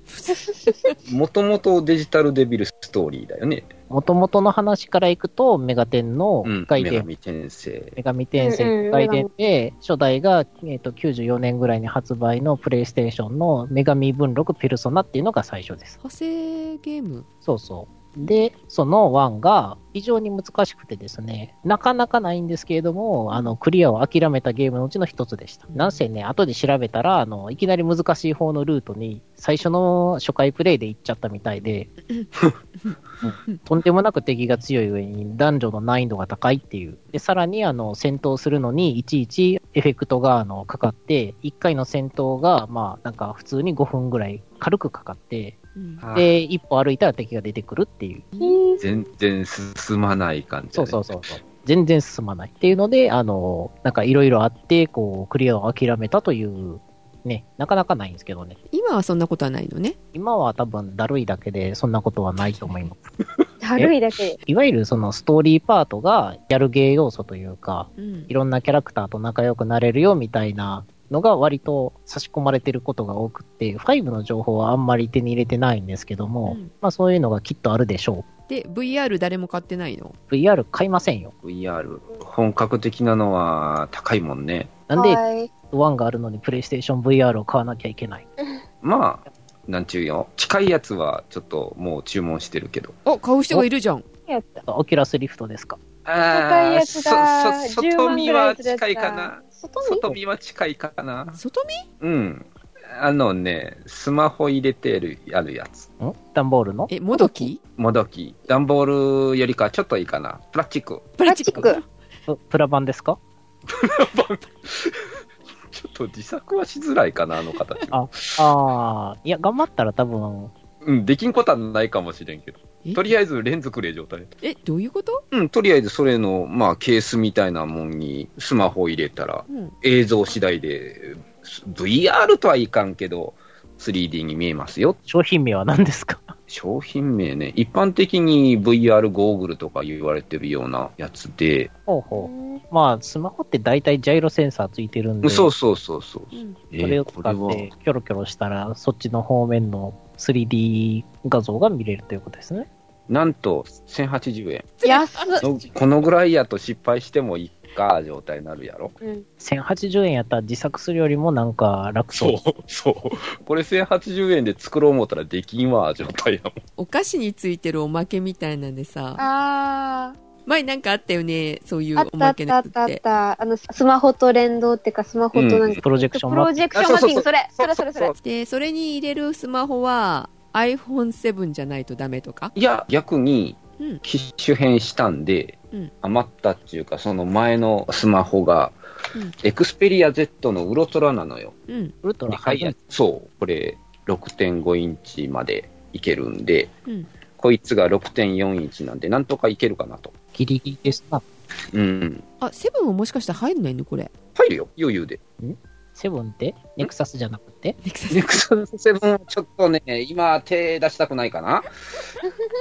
Speaker 3: もともとデジタルデビルストーリーだよね。
Speaker 2: 元々の話からいくと、メガテンの
Speaker 3: うん。
Speaker 2: 回
Speaker 3: 女
Speaker 2: 転、
Speaker 3: 神転生。
Speaker 2: 女神転
Speaker 4: うんうん
Speaker 2: 生
Speaker 4: うん
Speaker 2: 外伝で、初代が、えっと94年ぐらいに発売のプレイステーションの女神文録ペルソナっていうのが最初です。
Speaker 1: 派生ゲーム
Speaker 2: そうそう。で、その1が非常に難しくてですね、なかなかないんですけれども、あの、クリアを諦めたゲームのうちの一つでした。なんせね、後で調べたら、あの、いきなり難しい方のルートに、最初の初回プレイで行っちゃったみたいで、うんとんでもなく敵が強い上に男女の難易度が高いっていう。で、さらにあの、戦闘するのにいちいちエフェクトがあの、かかって、1回の戦闘が、まあ、なんか普通に5分ぐらい軽くかかって、
Speaker 1: うん
Speaker 3: あ
Speaker 2: で、一歩歩いたら敵が出てくるっていう。
Speaker 3: 全然進まない感じ
Speaker 2: そ
Speaker 3: だ
Speaker 2: う
Speaker 3: ね、
Speaker 2: そうそうそう。全然進まないっていうので、あの、なんかいろいろあって、こう、クリアを諦めたというね、なかなかないんですけどね。
Speaker 1: 今はそんなことはないのね
Speaker 2: 今は多分だるいだけでそんなことはないと思います。
Speaker 4: だるいだけ。
Speaker 2: いわゆるそのストーリーパートがギャルゲー要素というか、
Speaker 1: うん
Speaker 2: いろんなキャラクターと仲良くなれるよみたいなのが割と差し込まれてることが多くて、5の情報はあんまり手に入れてないんですけども、
Speaker 1: うん
Speaker 2: まあそういうのがきっとあるでしょ
Speaker 1: で VR 誰も買ってないの
Speaker 2: う。VR 買いませんよ。
Speaker 3: VR、本格的なのは高いもんね。
Speaker 2: なんで、
Speaker 4: はい
Speaker 2: 1があるのにプレイステーション VR を買わなきゃいけない。
Speaker 3: まあ、なんちゅうよ。近いやつはちょっともう注文してるけど。
Speaker 1: あ買う人がいるじゃん
Speaker 4: やった。
Speaker 2: オキュラスリフトですか。
Speaker 4: 高いやつが
Speaker 3: そそ
Speaker 4: 10
Speaker 3: 外
Speaker 4: 万
Speaker 3: 見
Speaker 4: ぐらい
Speaker 3: は
Speaker 4: するやつ
Speaker 3: 近
Speaker 4: だ
Speaker 3: いかな。
Speaker 4: 外
Speaker 3: 外
Speaker 4: 見
Speaker 3: 見は近いかな。
Speaker 1: 外見
Speaker 3: うん。あのね、スマホ入れてる、あるやつ。
Speaker 2: ん段ボールの
Speaker 1: えもどき
Speaker 3: もどき。段ボールよりかちょっといいかな。プラスチック。
Speaker 1: プ
Speaker 4: プ
Speaker 1: ラ
Speaker 4: ラ
Speaker 1: ス
Speaker 4: ス
Speaker 1: チ
Speaker 4: チ
Speaker 1: ッ
Speaker 4: ッ
Speaker 1: ク
Speaker 4: ク。
Speaker 2: ププラ版ですか
Speaker 3: ちょっと自作はしづらいかな、あの形。
Speaker 2: あああ、いや、頑張ったら多分、
Speaker 3: うん、できんことはないかもしれんけど
Speaker 1: え。
Speaker 3: とりあえずレンズくれ状態。
Speaker 1: えどういうこと、
Speaker 3: うん、とりあえずそれの、まあ、ケースみたいなもんにスマホ入れたら、
Speaker 1: うん、
Speaker 3: 映像次第で、す VR とはいかんけど、3D に見えますよ。
Speaker 2: 商品名は何ですか
Speaker 3: 商品名ね、一般的に VR ゴーグルとか言われてるようなやつで、
Speaker 2: ほう
Speaker 4: う
Speaker 2: ほ
Speaker 4: ん
Speaker 2: う。まあ、スマホって大体ジャイロセンサーついてるんで、
Speaker 3: そう
Speaker 2: そ
Speaker 3: そうそう
Speaker 1: う
Speaker 3: そう。
Speaker 1: ん
Speaker 3: えー
Speaker 2: れを使っ
Speaker 3: これ
Speaker 2: てキョロキョロしたら、そっちの方面の 3D 画像が見れるということですね。
Speaker 3: なんと、1080円。
Speaker 4: 安っ。
Speaker 3: のこのぐらいやと失敗してもいいか、状態になるやろ。
Speaker 4: うん
Speaker 2: 1080円やったら自作するよりもなんか楽
Speaker 3: そう
Speaker 2: う。、
Speaker 3: そう。これ1080円で作ろう思ったらできんわ、状態やもん。
Speaker 1: お菓子についてるおまけみたいなんでさ
Speaker 4: あ
Speaker 1: 前なんかあったよねそうい
Speaker 4: あ、あ
Speaker 1: う
Speaker 4: っ
Speaker 1: お
Speaker 4: たあ
Speaker 1: ま
Speaker 4: っ
Speaker 1: け
Speaker 4: た
Speaker 1: の
Speaker 4: あ
Speaker 1: や
Speaker 4: っ
Speaker 1: つった
Speaker 4: あってた。あの、スマホと連動っていうか、スマホとなんか、
Speaker 2: プロジェクション
Speaker 4: プ
Speaker 2: マッ
Speaker 4: ロジェクションマッピング、
Speaker 3: あそ
Speaker 4: そう
Speaker 3: そう
Speaker 4: れ、
Speaker 3: そう
Speaker 4: それそれそ
Speaker 3: そ
Speaker 4: れ
Speaker 3: う。
Speaker 1: でそれに入れるスマホは iPhone7 じゃないとダメとか
Speaker 3: いや、逆に
Speaker 1: うん、
Speaker 3: 機種変したんで、
Speaker 1: うん
Speaker 3: 余ったっていうか、その前のスマホが、
Speaker 1: うん
Speaker 3: エクスペリア Z のウルトラなのよ。
Speaker 1: うん
Speaker 2: ウルトラ
Speaker 3: 高いやつそう、これ、6.5インチまでいけるんで、
Speaker 1: うん
Speaker 3: こいつが6.4インチなんで、なんとかいけるかなと。
Speaker 2: ギリギリですな。
Speaker 3: うん。
Speaker 1: あ7ももしかして入んないのこれ
Speaker 3: 入るよ、余裕で。
Speaker 2: セブンってネクサスじゃなくて
Speaker 1: ネクサス
Speaker 3: ネクサス7、ちょっとね、今、手出したくないかな。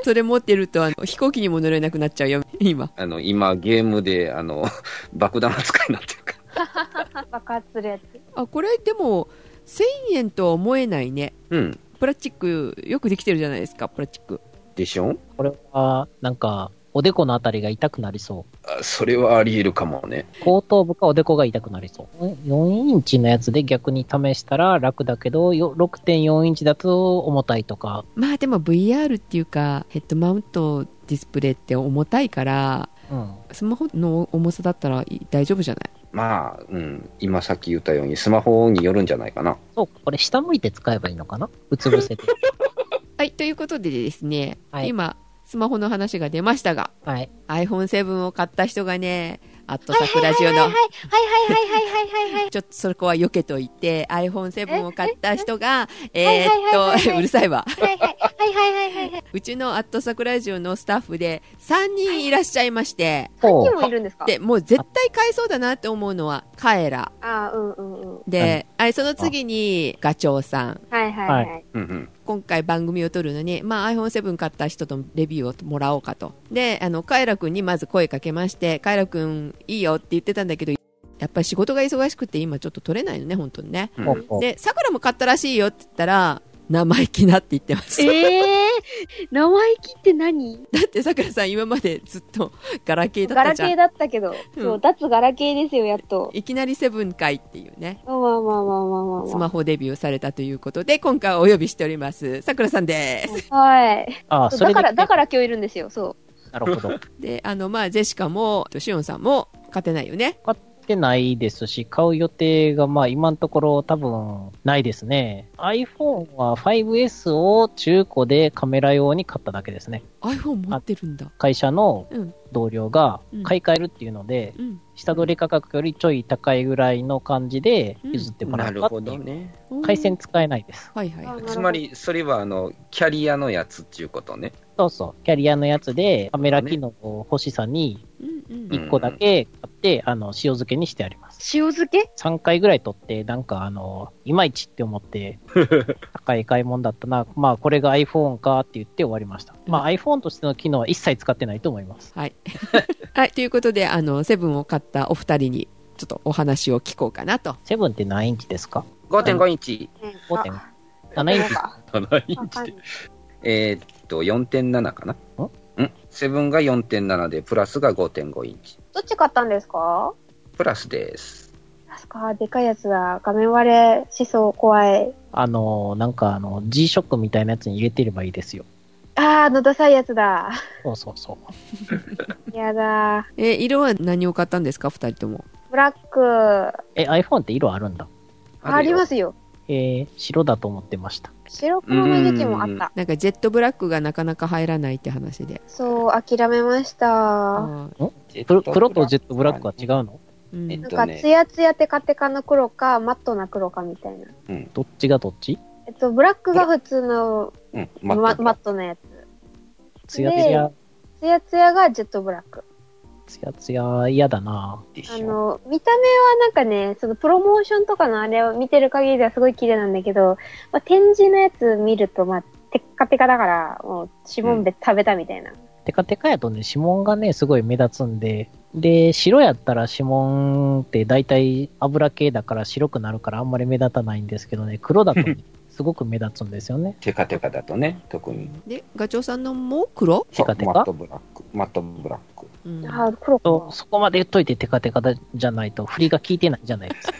Speaker 1: それ持ってるとあの飛行機にも乗れなくなっちゃうよ今
Speaker 3: あの、今、ゲームで、あの、 爆弾扱いになってるから。
Speaker 4: 爆発するやつ。
Speaker 1: あこれでも1000円とは思えないね
Speaker 3: うん。
Speaker 1: プラスチックよくできてるじゃないですかプラスチック
Speaker 3: でしょ
Speaker 2: これは、なんか、おでこのあたりが痛くなりそう。
Speaker 3: あそれはあり得るかもね。
Speaker 2: 後頭部かおでこが痛くなりそう。4インチのやつで逆に試したら楽だけど、よ6.4インチだと重たいとか、
Speaker 1: まあでも VR っていうかヘッドマウントディスプレイって重たいから
Speaker 2: うん。
Speaker 1: スマホの重さだったらい大丈夫じゃない
Speaker 3: まあ、うん、今さっき言ったように、スマホによるんじゃないかな。
Speaker 2: そうか、これ下向いて使えばいいのかなうつ伏せ て。
Speaker 1: はいということでですね、
Speaker 2: はい
Speaker 1: 今スマホの話が出ましたが
Speaker 2: はい。
Speaker 1: iPhone7 を買った人がねアットサクラジオの
Speaker 4: はいはいはいはいはいはいはい。
Speaker 1: ちょっとそこは避けといて iPhone7 を買った人が
Speaker 4: え
Speaker 1: えー
Speaker 4: はいはい
Speaker 1: っ
Speaker 4: はい
Speaker 1: と
Speaker 4: はいう
Speaker 1: るさいわ
Speaker 4: はいはいはいはいはいはい。
Speaker 1: うちのアットサクラジオのスタッフで3人いらっしゃいまして、
Speaker 2: ほ
Speaker 4: 今もいるんですか
Speaker 1: で、もう絶対買えそうだなって思うのはカエラ。
Speaker 4: ああ、うんうんうん。
Speaker 1: で、あその次にガチョウさん。
Speaker 4: はいはいはい。
Speaker 3: うんうん。
Speaker 1: 今回番組を撮るのに、まあ、iPhone7 買った人とレビューをもらおうかと。で、あの、カエラくんにまず声かけまして、カエラくんいいよって言ってたんだけど、やっぱり仕事が忙しくて今ちょっと撮れないのね、本当にね。
Speaker 3: うん
Speaker 2: ほうほう。
Speaker 1: で、さくらも買ったらしいよって言ったら、生意気なって言ってました。
Speaker 4: ええー、生意気って何
Speaker 1: だってさくらさん今までずっとガラケーだ
Speaker 4: ガ
Speaker 1: った
Speaker 4: ラ
Speaker 1: じゃ
Speaker 4: ケー
Speaker 1: ん。
Speaker 4: だったけど、
Speaker 1: うん
Speaker 4: そう、脱ガラケーですよ、やっと。
Speaker 1: いきなりセブン回っていうね。
Speaker 4: まあまあまあまあまあまあ、
Speaker 1: スマホデビューされたということで、今回お呼びしております、さくらさんです。
Speaker 4: はい。
Speaker 2: ああ、
Speaker 4: そう
Speaker 2: それ
Speaker 4: だから、
Speaker 2: で
Speaker 4: だから今日いるんですよ、そ
Speaker 2: なるほど。
Speaker 1: で、あの、まあ、ジェシカも、シオンさんも、勝てないよね。
Speaker 2: 買ってないですし、買う予定がまあ今のところ多分ないですね。iPhone は 5S を中古でカメラ用に買っただけですね。
Speaker 1: iPhone 持ってるんだ。
Speaker 2: 会社の
Speaker 1: うん
Speaker 2: 同僚が
Speaker 1: うん
Speaker 2: 買い替えるっていうので、
Speaker 1: うん。
Speaker 2: 下取り価格よりちょい高いぐらいの感じで譲ってもら
Speaker 3: な
Speaker 2: っ
Speaker 3: る
Speaker 2: たってい
Speaker 3: ほ
Speaker 2: う
Speaker 3: どね。
Speaker 2: 回線。使えないです。
Speaker 1: はいはいは
Speaker 4: う。
Speaker 1: い。
Speaker 3: つまり、それは、あの、キャリアのやつっていうことね。
Speaker 2: そうそう。キャリアのやつで、カメラ機能を欲しさに
Speaker 1: うんうん。
Speaker 2: 1個だけ買っって、あの、塩漬けにしてあります。
Speaker 4: 塩漬け
Speaker 2: 3回ぐらい取って、なんかあの、いまいちって思 って、高い買い物だったな。まあ、これが iPhone かって言って終わりました。まあ、iPhone としての機能は一切使ってないと思います。
Speaker 1: はい。 はい、ということで、あの、セブンを買ったお二人に、ちょっとお話を聞こうかなと。
Speaker 2: セブンって何インチですか
Speaker 3: 5.5インチ。
Speaker 4: うん。あ
Speaker 2: ?5.7 インチ。
Speaker 3: 7イ
Speaker 4: わ
Speaker 3: ンチ
Speaker 4: か
Speaker 3: っ
Speaker 4: ん
Speaker 3: て
Speaker 4: ない。
Speaker 3: えーっと、4.7かな。んセブンが4.7で、プラスが5.5インチ。
Speaker 4: どっち買ったんですか
Speaker 3: プラスです。。
Speaker 4: あそっか、でかいやつだ。画面割れしそう、怖い。
Speaker 2: あの、なんかあの、G-SHOCK みたいなやつに入れてればいいですよ。
Speaker 4: あー、あのダサいやつだ。
Speaker 2: そうそうそう。
Speaker 4: やだ。
Speaker 1: えー色は何を買ったんですか、二人とも。
Speaker 4: ブラック。
Speaker 2: え、iPhone って色あるんだ。
Speaker 4: ありますすよ。
Speaker 2: えー、白だと思ってました。
Speaker 4: 白黒の時もあ
Speaker 3: う
Speaker 4: っ
Speaker 3: ん
Speaker 4: た。
Speaker 1: なんかジェットブラックがなかなか入らないって話で。
Speaker 4: そう、諦めました。
Speaker 1: あ
Speaker 2: 黒黒とジェットブラックは違うの
Speaker 1: ーうん
Speaker 3: えっ
Speaker 4: なん
Speaker 3: と
Speaker 4: か、
Speaker 3: ね
Speaker 4: ツヤツヤテカテカの黒か、マットな黒かみたいな。
Speaker 2: どっちがどっち
Speaker 4: えっと、ブラックが普通の
Speaker 3: うん、
Speaker 4: マ
Speaker 3: マット
Speaker 4: マットのや
Speaker 2: ツヤツヤ、
Speaker 4: つ。ツヤツヤがジェットブラック。
Speaker 2: ツヤツヤ嫌だな
Speaker 3: でし
Speaker 4: あ
Speaker 3: ょ。
Speaker 4: の、見た目はなんかね、そのプロモーションとかのあれを見てる限りではすごい綺麗なんだけど、まあ、展示のやつ見ると、まあ、テッカテカだから、もう、しぼんべ食べたみたいな。
Speaker 2: テカテカやとね、指紋がね、すごい目立つんで、で、白やったら指紋って大体油系だから白くなるからあんまり目立たないんですけどね、黒だと ねすごく目立つんですよね。
Speaker 3: テカテカだとね、特に。
Speaker 1: で、ガチョウさんのも黒、
Speaker 2: テカテカ
Speaker 3: マットブラック。マットブラック。
Speaker 1: うん
Speaker 4: ああ、黒か。
Speaker 2: とそこまで言っといてテカテカだじゃないと、振りが効いてないじゃない ですか。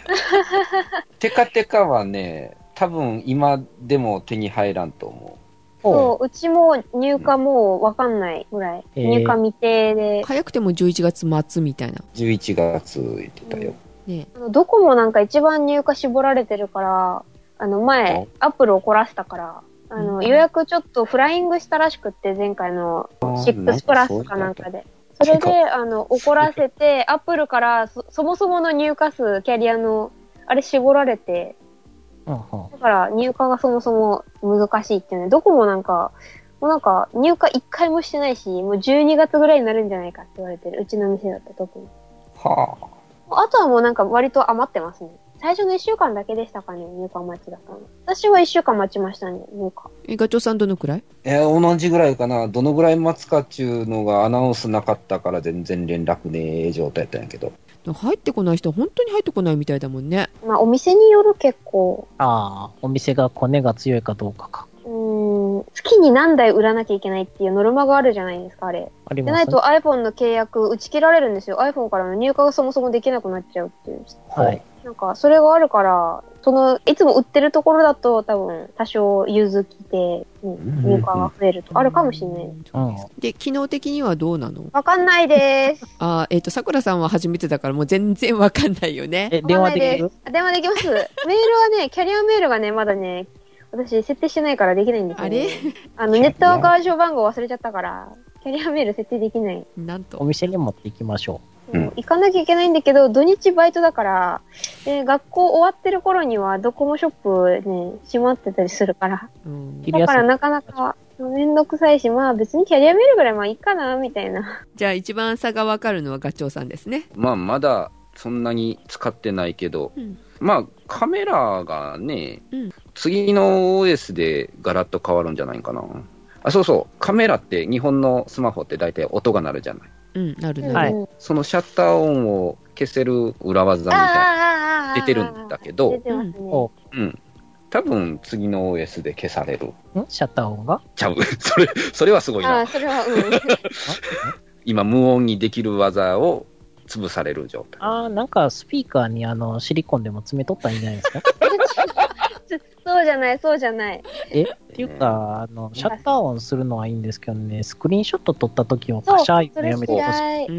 Speaker 3: テカテカはね、多分今でも手に入らんと思
Speaker 4: そう、うちも入荷もうわかんないぐらい。
Speaker 2: えー
Speaker 4: 入荷未定で。
Speaker 1: 早くても11月末みたいな。
Speaker 3: う。11月言ってたよ。
Speaker 1: ね、
Speaker 4: あのドコモなんか一番入荷絞られてるから、あの前
Speaker 3: お、
Speaker 4: アップル怒らせたから、あ
Speaker 1: う
Speaker 4: の
Speaker 1: ん
Speaker 4: 予約ちょっとフライングしたらしくって、前回の6プラスかなんかで。そ
Speaker 3: そうい
Speaker 4: れ
Speaker 3: うこと
Speaker 4: で、あの、怒らせて、アップルからそそもそもの入荷数、キャリアの、あれ絞られて、
Speaker 2: うんうん
Speaker 4: だから入荷がそもそも難しいっていうね、ドコモなんか、もうなんか入荷1回もしてないし、もう12月ぐらいになるんじゃないかって言われてる。うちの店だった特に。
Speaker 3: はあ。
Speaker 4: あとはもうなんか割と余ってますね。最初の1週間だけでしたかね、入荷待ちだったの。私は1週間待ちましたね、入荷。
Speaker 1: えガチョウさんどのくらい
Speaker 3: えー同じぐらいかな。どのぐらい待つかっちゅうのがアナウンスなかったから全然連絡ねえ状態やったんやけど。
Speaker 1: 入ってこない人は本当に入ってこないみたいだもんね。
Speaker 4: まあお店による結構、
Speaker 2: ああ、お店がコネが強いかどうかか。
Speaker 4: うーん、月に何台売らなきゃいけないっていうノルマがあるじゃないですか、あれ。
Speaker 2: ありま
Speaker 4: でない
Speaker 2: すね
Speaker 4: と。iPhone の契約打ち切られるんですよ。iPhone からの入荷がそもそもできなくなっちゃうっていう。
Speaker 2: はい。
Speaker 4: なんか、それがあるから、その、いつも売ってるところだと多分、多少融通きて、うん入荷が増えるとか、あるかもしれない。
Speaker 1: うんそうですで、機能的にはどうなの
Speaker 4: わかんないです。
Speaker 1: あーえっ、と、さくらさんは初めてだからもう全然わかんないよね。
Speaker 2: え、 電話でき
Speaker 4: わ
Speaker 2: る
Speaker 4: かんないすあ電話できます。メールはね、キャリアメールがね、まだね、私設定してないからできないんですよ、ね。あの、ネットワーク暗証番号忘れちゃったから、キャリアメール設定できない。
Speaker 1: なんと
Speaker 2: お。店に持っていきましょ
Speaker 4: そう
Speaker 3: うん
Speaker 4: 行かなきゃいけないんだけど、土日バイトだから、で、学校終わってる頃にはドコモショップね、閉まってたりするから。
Speaker 1: うん
Speaker 2: 昼休み
Speaker 4: だからなかなか、めんどくさいし、まあ別にキャリアメールぐらいまあいいかな、みたいな。
Speaker 1: じゃあ一番差がわかるのはガチョウさんですね。
Speaker 3: まあ、まだそんなに使ってないけど、
Speaker 1: うん
Speaker 3: まあ、カメラがね、
Speaker 1: うん
Speaker 3: 次の OS でガラッと変わるんじゃないかな。あ、そうそう、カメラって日本のスマホって大体音が鳴るじゃない。
Speaker 1: うん、なるな
Speaker 4: う
Speaker 1: る。
Speaker 4: ん
Speaker 2: はい
Speaker 4: うん
Speaker 3: そのシャッター音を消せる裏技み
Speaker 4: ああ
Speaker 3: たい
Speaker 4: ああああ
Speaker 3: な、出てるんだけ
Speaker 4: 出
Speaker 3: ど、
Speaker 4: てますね。
Speaker 2: お
Speaker 3: うん。多分次の OS で消される。
Speaker 2: う。んシャッター音が
Speaker 3: ちゃう。 それ、それはすごい
Speaker 4: あ
Speaker 3: な
Speaker 4: あ、。それは、 うん。
Speaker 3: 今、無音にできる技を潰される状態。
Speaker 2: ああ、なんかスピーカーにあのシリコンでも詰めとったらいいんじゃないですか
Speaker 4: そうじゃない、そうじゃない。
Speaker 2: えっていうか、あの、シャッター音するのはいいんですけどね、スクリーンショット撮った時を
Speaker 4: そ
Speaker 2: パ
Speaker 4: う、
Speaker 2: シ
Speaker 4: そ
Speaker 2: ャ
Speaker 4: れ
Speaker 2: ーいうのやめてほしい。
Speaker 4: 嫌い。
Speaker 1: う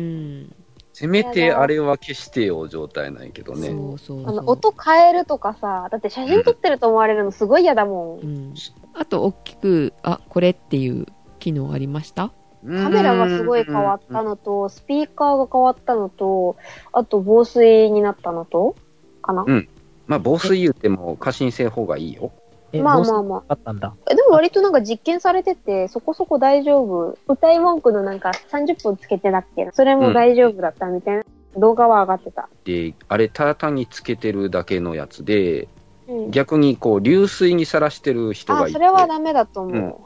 Speaker 1: ん。
Speaker 3: せめてあれは消してよ状態なんやけどね。
Speaker 1: そうそう
Speaker 4: あ
Speaker 1: そう
Speaker 4: の、音変えるとかさ、だって写真撮ってると思われるのすごい嫌だも。
Speaker 1: うんん。あと、大きく、あ、これっていう機能ありました
Speaker 4: カメラがすごい変わったのと、スピーカーが変わったのと、あと防水になったのと、かな
Speaker 3: う。んまあ、防水言っても過信性方がいいよ。
Speaker 2: え、
Speaker 4: まあ
Speaker 2: どうす
Speaker 4: ま
Speaker 2: る
Speaker 4: あまあ。
Speaker 2: あったんだ。
Speaker 4: えでも割となんか実験されてて、そこそこ大丈夫。歌い文句のなんか30分つけてだっけなそれも大丈夫だったみたいな。動画は上がってた。
Speaker 3: で、あれ、ただ単につけてるだけのやつで、
Speaker 4: うん。
Speaker 3: 逆にこう流水にさらしてる人が
Speaker 4: あ、
Speaker 3: いて、
Speaker 4: それはダメだと思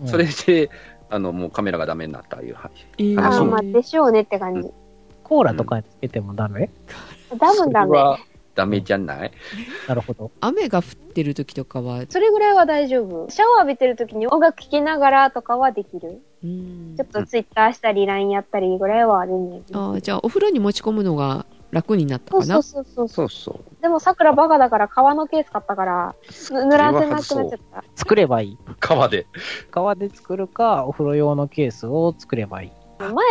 Speaker 2: うん
Speaker 3: それで、あのもうカメラがダメになったいう、はい、
Speaker 4: う。
Speaker 3: ん
Speaker 4: あ
Speaker 3: そ
Speaker 4: あ、
Speaker 3: う
Speaker 4: まあ、でしょうねって感じ。
Speaker 2: コーラとかにつけてもダメ、
Speaker 4: 多分ダ
Speaker 3: それ
Speaker 4: メ。
Speaker 3: はダメじゃない
Speaker 2: なるほど。
Speaker 1: 雨が降ってる時とかは、
Speaker 4: それぐらいは大丈夫。シャワー浴びてる時に音楽聴きながらとかはできる。
Speaker 1: うん
Speaker 4: ちょっとツイッターしたり、LINE やったりぐらいは全然できる。
Speaker 1: あーじゃあお風呂に持ち込むのが楽になった
Speaker 4: そ
Speaker 1: か
Speaker 4: う
Speaker 1: な
Speaker 4: そうそうそう。
Speaker 3: そうそう。
Speaker 4: でも、桜バカだから、革のケース買ったから、ぬ濡らせなくなっちゃ
Speaker 3: それは外
Speaker 4: った。
Speaker 2: 作ればいい。
Speaker 3: 川で。
Speaker 2: 革で作るか、お風呂用のケースを作ればいい。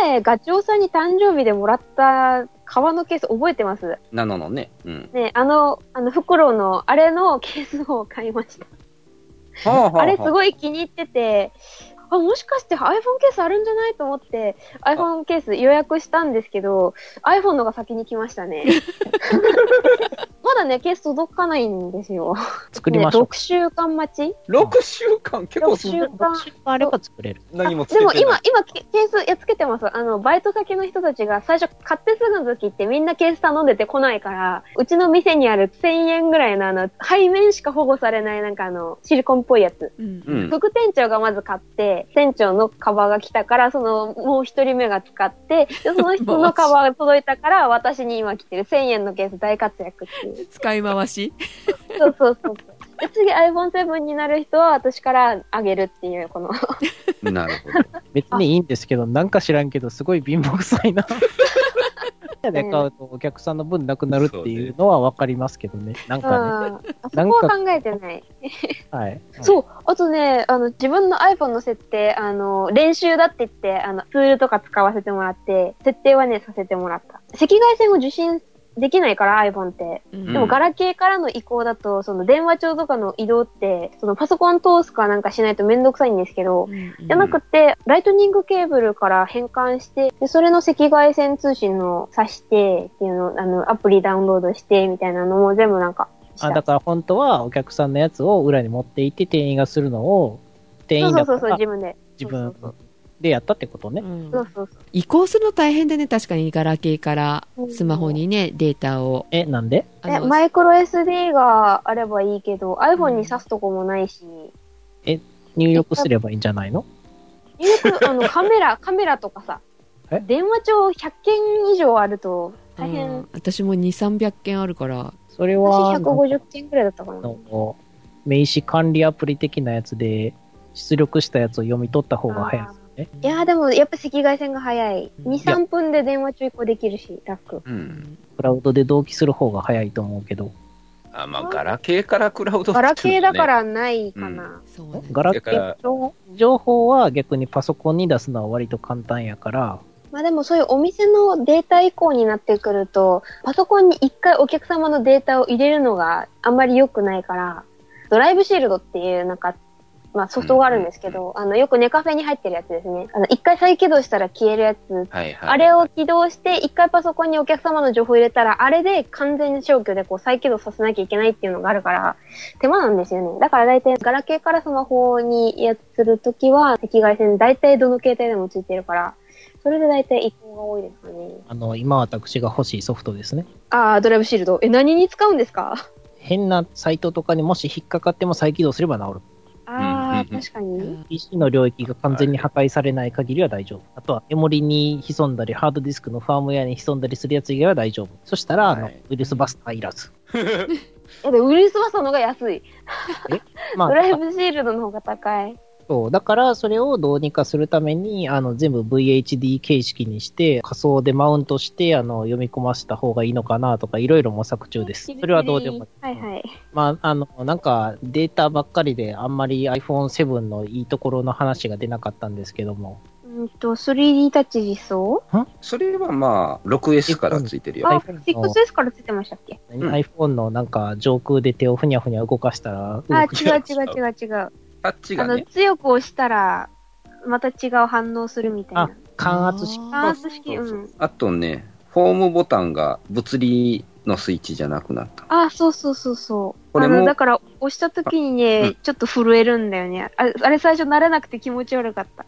Speaker 4: 前、ガチョウさんに誕生日でもらった革のケース覚えてます
Speaker 3: なののね。うん。
Speaker 4: ね、あの、あの、袋の、あれのケースを買いました。
Speaker 3: はあは
Speaker 4: あれす
Speaker 3: い。
Speaker 4: ごい気に入ってて、あ、もしかして iPhone ケースあるんじゃないと思って、iPhone ケース予約したんですけど、iPhone のが先に来ましたね。 まだね、ケース届かないんですよ。
Speaker 2: 作りましょう
Speaker 4: ね、6。週間待ち
Speaker 3: 6週間、結構
Speaker 4: 6
Speaker 3: す
Speaker 4: 週
Speaker 3: ごい
Speaker 4: 間。
Speaker 2: あれば作れる。
Speaker 3: 何もつけ
Speaker 4: で
Speaker 3: て
Speaker 4: も
Speaker 3: ない。
Speaker 4: 今、今、ケケース、いや、つけてます。あの、バイト先の人たちが最初買ってすぐの時ってみんなケース頼んでて来ないから、うちの店にある1000円ぐらいのあの、背面しか保護されないなんかあの、シリコンっぽいやつ。
Speaker 1: うん
Speaker 3: うん。
Speaker 4: 副店長がまず買って、店長のカバーが来たから、その、もう一人目が使って、でその人のカバーが届いた から、私に今来てる1000円のケース大活躍っていう。
Speaker 1: 使い回し
Speaker 4: そうそうそうそう。で次 iPhone7 になる人は私からあげるっていう、この。
Speaker 3: なるほど。
Speaker 2: 別にいいんですけど、なんか知らんけど、すごい貧乏くさい な。で買うとお客さんの分なくなるっていうのはわかりますけどね。なん
Speaker 4: う
Speaker 2: か
Speaker 4: ん。あそこは考えてない。
Speaker 2: ね。はい。
Speaker 4: そう、あとね、あの、自分の iPhone の設定、あの、練習だって言って、あの、ツールとか使わせてもらって、設定はね、させてもらった。赤外線を受信できないから iPhone って。
Speaker 1: うん
Speaker 4: でも、ガラケーからの移行だと、その、電話帳とかの移動って、その、パソコン通すかなんかしないとめんどくさいんですけど、じゃなくて、ライトニングケーブルから変換して、で、それの赤外線通信の挿して、っていうのを、あの、アプリダウンロードして、みたいなのも全部なんかした、
Speaker 2: あだから本当はお客さんのやつを裏に持っていって店員がするのを店員だか
Speaker 4: そうそうそうそう、
Speaker 2: ら
Speaker 4: 自分で。
Speaker 2: 自
Speaker 4: そう
Speaker 2: 分
Speaker 4: そうそう
Speaker 2: でやったってことね
Speaker 1: う。ん
Speaker 4: そうそうそう。
Speaker 1: 移行するの大変でね確かにガラケーからスマホにねデータを
Speaker 2: え、なんで
Speaker 1: あ
Speaker 4: え、
Speaker 1: の
Speaker 4: マイクロ SD があればいいけど、iPhone に挿すとこもないし、
Speaker 2: 入力すればいいんじゃないの
Speaker 4: 入力、あの、カメラ、カメラとかさ
Speaker 2: え、
Speaker 4: 電話帳100件以上あると大変。
Speaker 1: うん私も2300件あるから
Speaker 2: それは、
Speaker 4: 私150件くらいだったかな。
Speaker 2: の名刺管理アプリ的なやつで出力したやつを読み取った方が早いですよね。
Speaker 4: いやーでもやっぱ赤外線が早い。
Speaker 1: うん
Speaker 4: 2、3分で電話帳移行できるし、楽。
Speaker 3: うん。
Speaker 2: クラウドで同期する方が早いと思うけど、
Speaker 3: あ、まあ、ガラケーからクラウド
Speaker 4: ガラケーだか
Speaker 3: っ
Speaker 4: らないかな。
Speaker 1: そうね
Speaker 2: ガラケ
Speaker 3: だか
Speaker 2: ー
Speaker 3: ら
Speaker 2: の情報は逆にパソコンに出すのは割と簡単やから、
Speaker 4: まあでもそういうお店のデータ移行になってくると、パソコンに一回お客様のデータを入れるのがあんまり良くないから、ドライブシールドっていうなんか、まあソフトがあるんですけど、あのよくネカフェに入ってるやつですね。あの一回再起動したら消えるやつ。
Speaker 3: たよね。はいはい。
Speaker 4: あれを起動して、一回パソコンにお客様の情報入れたら、あれで完全消去でこう再起動させなきゃいけないっていうのがあるから、手間なんですよね。だから大体、ガラケーからスマホにやするときは、赤外線大体どの携帯でもついてるから、それで大体移行が多いですかね。
Speaker 2: あの、今私が欲しいソフトですね。
Speaker 4: あー、ドライブシールド。え、何に使うんですか
Speaker 2: 変なサイトとかにもし引っかかっても再起動すれば治る。
Speaker 4: あー、
Speaker 3: うんうんうん
Speaker 4: 確かに。
Speaker 2: PC の領域が完全に破壊されない限りは大丈夫。あとはメモリに潜んだり、ハードディスクのファームウェアに潜んだりするやつ以外は大丈夫。そしたら、あの
Speaker 3: はい
Speaker 2: ウイルスバスターいらず。
Speaker 4: え、でもウイルスバスターの方が安い。
Speaker 2: まあ
Speaker 4: ド、ライブシールドの方が高い。
Speaker 2: そうだからそれをどうにかするために、あの、全部 VHD 形式にして、仮想でマウントして、あの、読み込ませた方がいいのかなとか、いろいろ模索中です。それはどうでもいい。
Speaker 4: はいはい。
Speaker 2: まあ、あの、なんか、データばっかりで、あんまり iPhone7 のいいところの話が出なかったんですけども。
Speaker 4: うんと、3D タッチ理想
Speaker 3: それはまあ、6S からついてるよ。
Speaker 4: あ、
Speaker 2: iPhone の
Speaker 4: 6S からついてましたっけ
Speaker 2: 何 iPhone のなんか、上空で手をふにゃふにゃ動かしたら、
Speaker 4: あ、
Speaker 2: 動
Speaker 4: 違
Speaker 2: く
Speaker 4: う違う違う違う。
Speaker 3: タッチ
Speaker 4: あ
Speaker 3: が
Speaker 4: の、
Speaker 3: ね、
Speaker 4: 強く押したら、また違う反応するみたいな。
Speaker 2: 感圧式。
Speaker 4: あー、圧式、うん。
Speaker 3: あとね、ホームボタンが物理のスイッチじゃなくなった。
Speaker 4: あー、そうそうそうそう。
Speaker 3: これ
Speaker 4: あ
Speaker 3: も
Speaker 4: の、だから、押した時に
Speaker 3: あう
Speaker 4: ね
Speaker 3: ん、
Speaker 4: ちょっと震えるんだよね。ああれ、最初慣れなくて気持ち悪かった。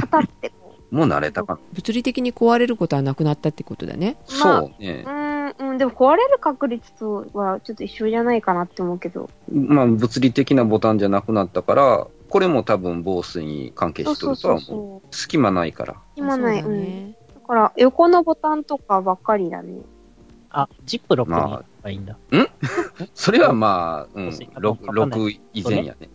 Speaker 4: パタってこう。
Speaker 3: もう慣れたかな。
Speaker 1: 物理的に壊れることはなくなったってことだね。
Speaker 5: まあ
Speaker 3: そうね
Speaker 5: う。ーん、うん、でも壊れる確率とはちょっと一緒じゃないかなって思うけど。
Speaker 3: まあ、物理的なボタンじゃなくなったから、これも多分防水に関係
Speaker 5: そう
Speaker 3: しと
Speaker 5: そう
Speaker 3: ると
Speaker 5: そ
Speaker 3: は
Speaker 5: う
Speaker 3: 思う。
Speaker 5: そう。
Speaker 3: 隙間ないから。
Speaker 5: 今ない。
Speaker 1: あ
Speaker 5: う
Speaker 1: そうだ
Speaker 5: ん。
Speaker 1: ね。
Speaker 5: だから、横のボタンとかばっかりだね。
Speaker 2: あ、ジップロックに入ればいいんだ。
Speaker 3: それはまあ、うん、
Speaker 2: 防水かどうかわかんない
Speaker 3: 6以前やね。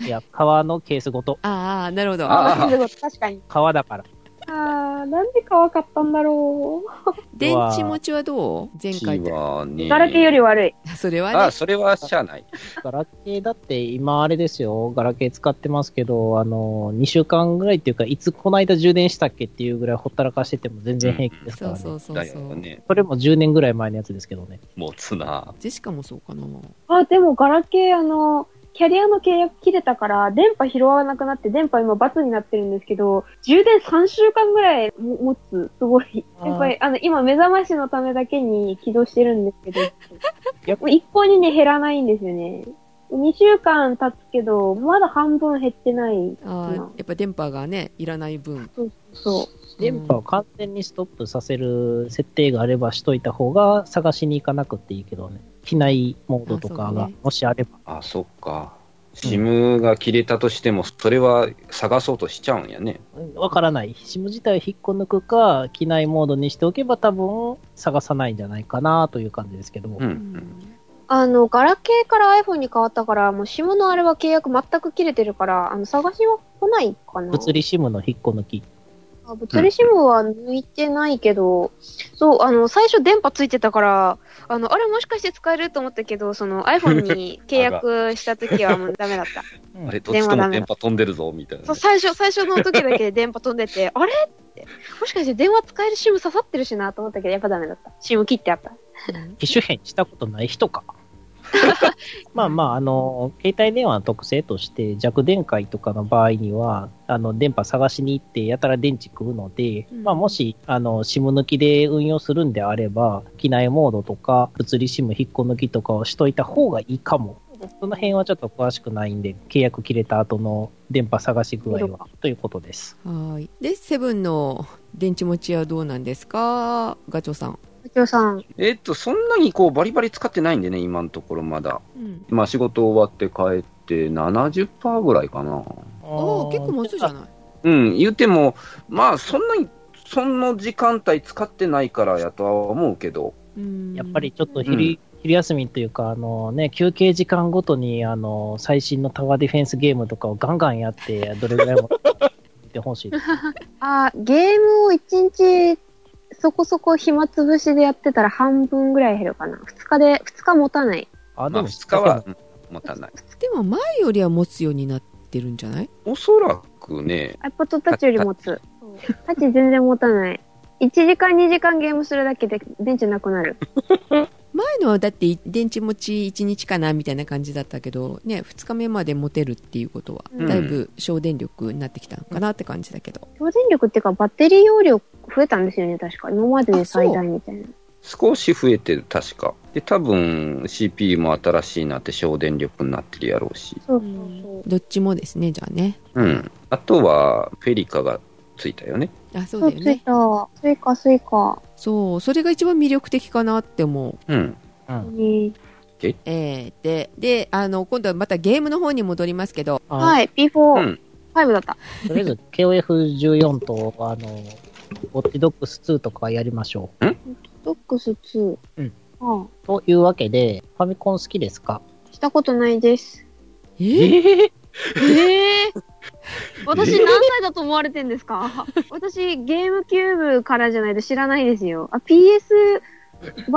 Speaker 2: いや、革のケースごと。
Speaker 1: ああ、なるほど。
Speaker 3: あ
Speaker 5: あでも確かに。
Speaker 2: 革だから。
Speaker 5: ああ、なんで乾かったんだろう。
Speaker 1: 電池持ちはどう前回って。
Speaker 3: はね。
Speaker 5: ガラケーより悪い。
Speaker 1: それは
Speaker 3: あ、
Speaker 1: ね。
Speaker 3: それはしゃあない。
Speaker 2: ガラケーだって今あれですよ。ガラケー使ってますけど、あの、2週間ぐらいっていうか、いつこの間充電したっけっていうぐらいほったらかしてても全然平気です
Speaker 1: そ
Speaker 2: から
Speaker 1: う
Speaker 2: ね。
Speaker 1: そうそ
Speaker 3: だ
Speaker 1: う
Speaker 3: よ
Speaker 1: そう。
Speaker 3: ね。
Speaker 2: それも10年ぐらい前のやつですけどね。
Speaker 3: 持つな。
Speaker 1: ジェシカもそうかな。
Speaker 5: あ、でもガラケー、あの、キャリアの契約切れたから、電波拾わなくなって、電波今罰になってるんですけど、充電3週間ぐらいも持つ。すごい。
Speaker 2: あー
Speaker 5: やっぱり、あの、今目覚ましのためだけに起動してるんですけど、
Speaker 2: やっ
Speaker 5: もう一向にね、減らないんですよね。2週間経つけど、まだ半分減ってない。
Speaker 1: あーやっぱ電波がね、いらない分。
Speaker 5: そ
Speaker 2: 電波を完全にストップさせる設定があればしといた方が探しに行かなくていいけどね。機内モードと
Speaker 1: あ
Speaker 2: か
Speaker 1: そうだ
Speaker 2: が
Speaker 1: ね
Speaker 2: もしあれば。
Speaker 3: あ、そっか。シムが切れたとしても、それは探そうとしちゃうんやね。
Speaker 2: うんわからない。SIM 自体を引っこ抜くか、機内モードにしておけば多分探さないんじゃないかなという感じですけども。
Speaker 3: うん。う、
Speaker 1: うんん
Speaker 4: あの、ガラケーから iPhone に変わったから、もう SIM のあれは契約全く切れてるから、あの、探しは来ないかな。
Speaker 2: 物理 SIM の引っこ抜き。
Speaker 4: あ物理 SIM は抜いてないけど、そう、あの、最初電波ついてたから、あの、あれもしかして使えると思ったけど、その iPhone に契約した時はもうダメだった。
Speaker 3: あれ、どっちとも電波飛んでるぞ、みたいな
Speaker 4: そう、。最初、最初の時だけ電波飛んでて、あれって。もしかして電話使える SIM 刺さってるしなと思ったけど、やっぱダメだった。SIM 切ってあった。
Speaker 2: 機種変したことない人か。 まあまあ、あの、携帯電話の特性として弱電解とかの場合には、あの、電波探しに行ってやたら電池食うので、
Speaker 1: うん
Speaker 2: まあもし、あの、SIM 抜きで運用するんであれば、機内モードとか、物理 SIM 引っこ抜きとかをしといた方がいいかも。その辺はちょっと詳しくないんで、契約切れた後の電波探し具合は、ということです。
Speaker 1: はーい。で、セブンの電池持ちはどうなんですかガチョウさん。
Speaker 4: 部長さん。
Speaker 3: えっと、そんなにこう、バリバリ使ってないんでね、今のところまだ。
Speaker 1: うん。
Speaker 3: まあ、仕事終わって帰って70%ぐらいかな。
Speaker 1: ああ、結構持つじゃない。
Speaker 3: うん、言うても、まあ、そんなに、その時間帯使ってないからやとは思うけど、
Speaker 1: うん
Speaker 2: やっぱりちょっと昼,、昼休みというか、あのね、休憩時間ごとにあの最新のタワーディフェンスゲームとかをガンガンやって、どれぐらいも見てほしいです。
Speaker 4: あー、ゲームを1日そこそこ暇つぶしでやってたら半分ぐらい減るかな。2日で、2日持たない。
Speaker 2: あ
Speaker 3: まあ、2日は、うん持たない。
Speaker 1: でも前よりは持つようになってるんじゃない
Speaker 3: おそらくね、
Speaker 5: iPod Touch より持つ。タッチ全然持たない。1時間2時間ゲームするだけで電池なくなる。
Speaker 1: 前のはだって電池持ち1日かなみたいな感じだったけど、ね、2日目まで持てるっていうことは、
Speaker 3: うん
Speaker 1: だいぶ省電力になってきたのかなって感じだけど。
Speaker 4: 強電力っていうかバッテリー容量増えたんですよね、確か。今までで最大みたいな。
Speaker 3: 少し増えてる、確か。で、多分、CPU も新しいなって省電力になってるやろうし。
Speaker 4: そう
Speaker 1: どっちもですね、じゃあね。
Speaker 3: うん。あとは、フェリカがついたよね。
Speaker 1: あ、そうだ
Speaker 4: そう。
Speaker 1: よ
Speaker 4: つい
Speaker 1: ね。
Speaker 4: た。スイカ、スイカ。
Speaker 1: そう、それが一番魅力的かなって思う。
Speaker 3: うん。
Speaker 2: うん
Speaker 4: ね
Speaker 1: えー、で、で、あの、今度はまたゲームの方に戻りますけど、
Speaker 2: あ
Speaker 4: はい、
Speaker 3: う
Speaker 4: P4、
Speaker 3: ん
Speaker 4: 5だった。
Speaker 2: とりあえず KOF14 と、あの、ウォッチドックス2とかやりましょ
Speaker 4: ドックス2。
Speaker 2: うん
Speaker 4: あ
Speaker 2: う。というわけで、ファミコン好きですか
Speaker 4: あ、したことないです。
Speaker 1: えー、
Speaker 4: ええ私何歳だと思われてんですか 私、ゲームキューブからじゃないと知らないですよ。あ、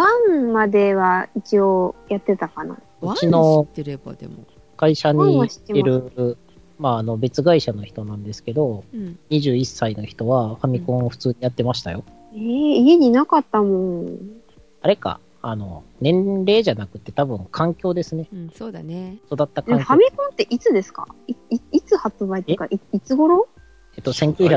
Speaker 4: PS1 までは一応やってたかな。
Speaker 1: ワン
Speaker 2: ちの
Speaker 1: 知ってればでも。
Speaker 2: 会社に
Speaker 4: はい
Speaker 2: いる、まあ、あの、別会社の人なんですけど、
Speaker 1: うん。
Speaker 2: 21歳の人はファミコンを普通にやってましたよ。
Speaker 4: ええ家になかったもん。
Speaker 2: あれか、あの、年齢じゃなくて多分環境ですね。
Speaker 1: うん、そうだね。
Speaker 2: 育った
Speaker 4: でも
Speaker 2: 環境。
Speaker 4: ファミコンっていつですかいいいつ発売っていうか、いいつ頃
Speaker 2: えっと、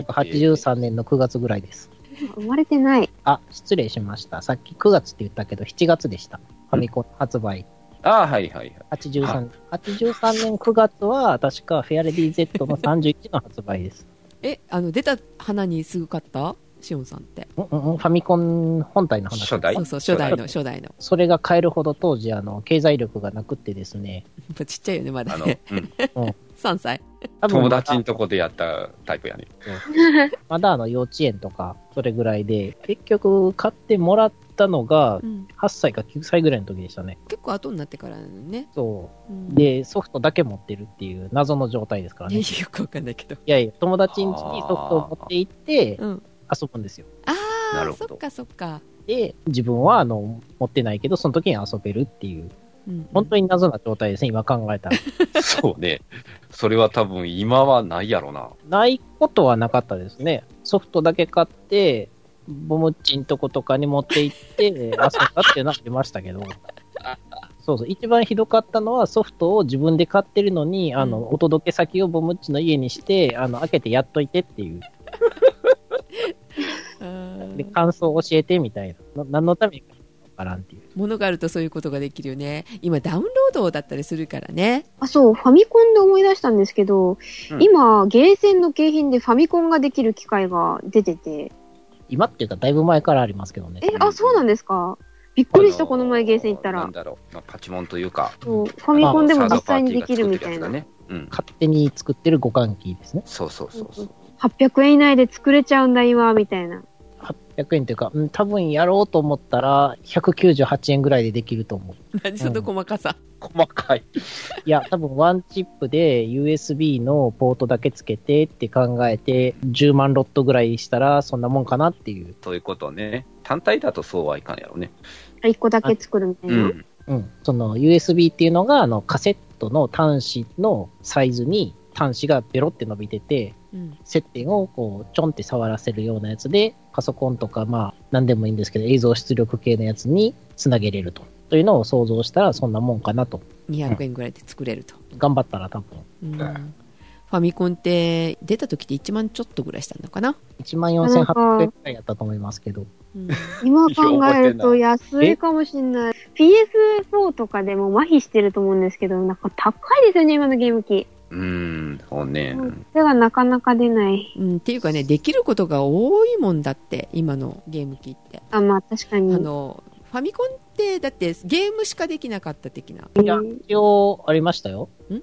Speaker 2: 1983年の9月ぐらいです。
Speaker 4: あ生まれてない。
Speaker 2: あ、失礼しました。さっき9月って言ったけど、7月でした。ファミコン発売。
Speaker 3: ああ、はいはいはい。
Speaker 2: 83、83年9月は、確かフェアレディ Z の31の発売です。
Speaker 1: えあの出た花にすぐ買ったしおんさんって
Speaker 2: うんうんうんファミコン本体の話。
Speaker 3: 初代
Speaker 1: そうそう初代の初代の
Speaker 2: それが買えるほど当時、あの、経済力がなくってですね、
Speaker 1: ちっちゃいよねまだ
Speaker 3: あの、
Speaker 1: ね
Speaker 3: うん
Speaker 1: 3歳
Speaker 2: 多分
Speaker 3: 友
Speaker 2: まだ
Speaker 3: 達のとこでやったタイプ やね。
Speaker 2: まだあの幼稚園とか、それぐらいで、結局買ってもらったのが
Speaker 1: う、ん
Speaker 2: 8歳か9歳ぐらいの時でしたね。
Speaker 1: 結構後になってからね
Speaker 2: そ
Speaker 1: うん
Speaker 2: う。で、ソフトだけ持ってるっていう謎の状態ですから
Speaker 1: ね
Speaker 2: ね。い
Speaker 1: よくわかんないけど
Speaker 2: やいや、友達ん家にソフトを持って行って、
Speaker 1: うん
Speaker 2: 遊ぶんですよ。
Speaker 1: あ
Speaker 3: な
Speaker 1: あ
Speaker 3: るほど
Speaker 1: そっかそっか
Speaker 2: で、自分はあの、持ってないけど、その時に遊べるっていう、
Speaker 1: うん
Speaker 2: 本当に謎な状態ですね、今考えたら。
Speaker 3: そうね。それは多分今はないやろな。
Speaker 2: ないことはなかったですね。ソフトだけ買って、ボムッチんとことかに持って 行って、遊んだってなってましたけど。そうそう。一番ひどかったのは、ソフトを自分で買ってるのに、あ
Speaker 1: うん
Speaker 2: の、お届け先をボムッチの家にして、あの、開けてやっといてっていう。
Speaker 1: あー
Speaker 2: で、感想を教えてみたいな。な何のために買ったのかわからんっていう。
Speaker 1: ものがあるとそういうことができるよね今ダウンロードだったりするからね
Speaker 5: あ、そう、ファミコンで思い出したんですけど、
Speaker 3: うん
Speaker 5: 今、ゲーセンの景品でファミコンができる機械が出てて。
Speaker 2: 今っていうか、だいぶ前からありますけどね
Speaker 5: え。
Speaker 3: う、ん
Speaker 5: あ、そうなんですかびっくりした、
Speaker 3: あのー
Speaker 5: この前ゲーセン行った
Speaker 3: な
Speaker 5: ら
Speaker 3: ん。だろう。まあ、パチモンというか。
Speaker 5: そうファミコンでも
Speaker 3: サー
Speaker 5: 実
Speaker 3: ドパ
Speaker 5: 際
Speaker 3: ー
Speaker 5: に
Speaker 3: ティー
Speaker 5: で
Speaker 3: が
Speaker 5: き
Speaker 3: 作
Speaker 5: るみ
Speaker 3: ってる
Speaker 5: た
Speaker 3: や
Speaker 5: い
Speaker 3: つ
Speaker 5: な
Speaker 3: だ。ね。うん。
Speaker 2: 勝手に作ってる互換機ですね。
Speaker 3: そうそうそうそう。
Speaker 5: 800円以内で作れちゃうんだ、今、みたいな。
Speaker 2: 100円というか、うん、多分やろうと思ったら、198円ぐらいでできると思う。
Speaker 1: 何その細かさ、
Speaker 3: 細かい。
Speaker 2: いや、多分ワンチップで USB のポートだけつけてって考えて、10万ロットぐらいしたらそんなもんかなっていう。
Speaker 3: ということね。単体だとそうはいかんやろね。
Speaker 5: 1個だけ作るみたいうな。
Speaker 3: ん。
Speaker 2: うん。その USB っていうのが、あの、カセットの端子のサイズに端子がベロって伸びてて、
Speaker 1: うん
Speaker 2: 接点をこう、ちょんって触らせるようなやつで、パソコンとか、まあ、何でもいいんですけど、映像出力系のやつにつなげれると。というのを想像したらそんなもんかなと。
Speaker 1: 200円ぐらいで作れると、
Speaker 2: 頑張ったら多分、
Speaker 1: うん
Speaker 3: はい
Speaker 1: ファミコンって出た時って1万ちょっとぐらいしたのかな、
Speaker 2: 14,800円くらいやったと思いますけど。
Speaker 1: うん
Speaker 5: 今考えると
Speaker 3: い
Speaker 5: 安いかもしんない。PS4 とかでも麻痺してると思うんですけど、なんか高いですよね、今のゲーム機。
Speaker 3: うん。そうね。
Speaker 5: 手がなかなか出ない。
Speaker 1: うん、っていうかねできることが多いもんだって今のゲーム機って、
Speaker 5: あ、まあ確か
Speaker 1: あ
Speaker 5: に。
Speaker 1: のファミコンってだってゲームしかできなかった的ない
Speaker 2: や、一応ありましたよ。
Speaker 1: ん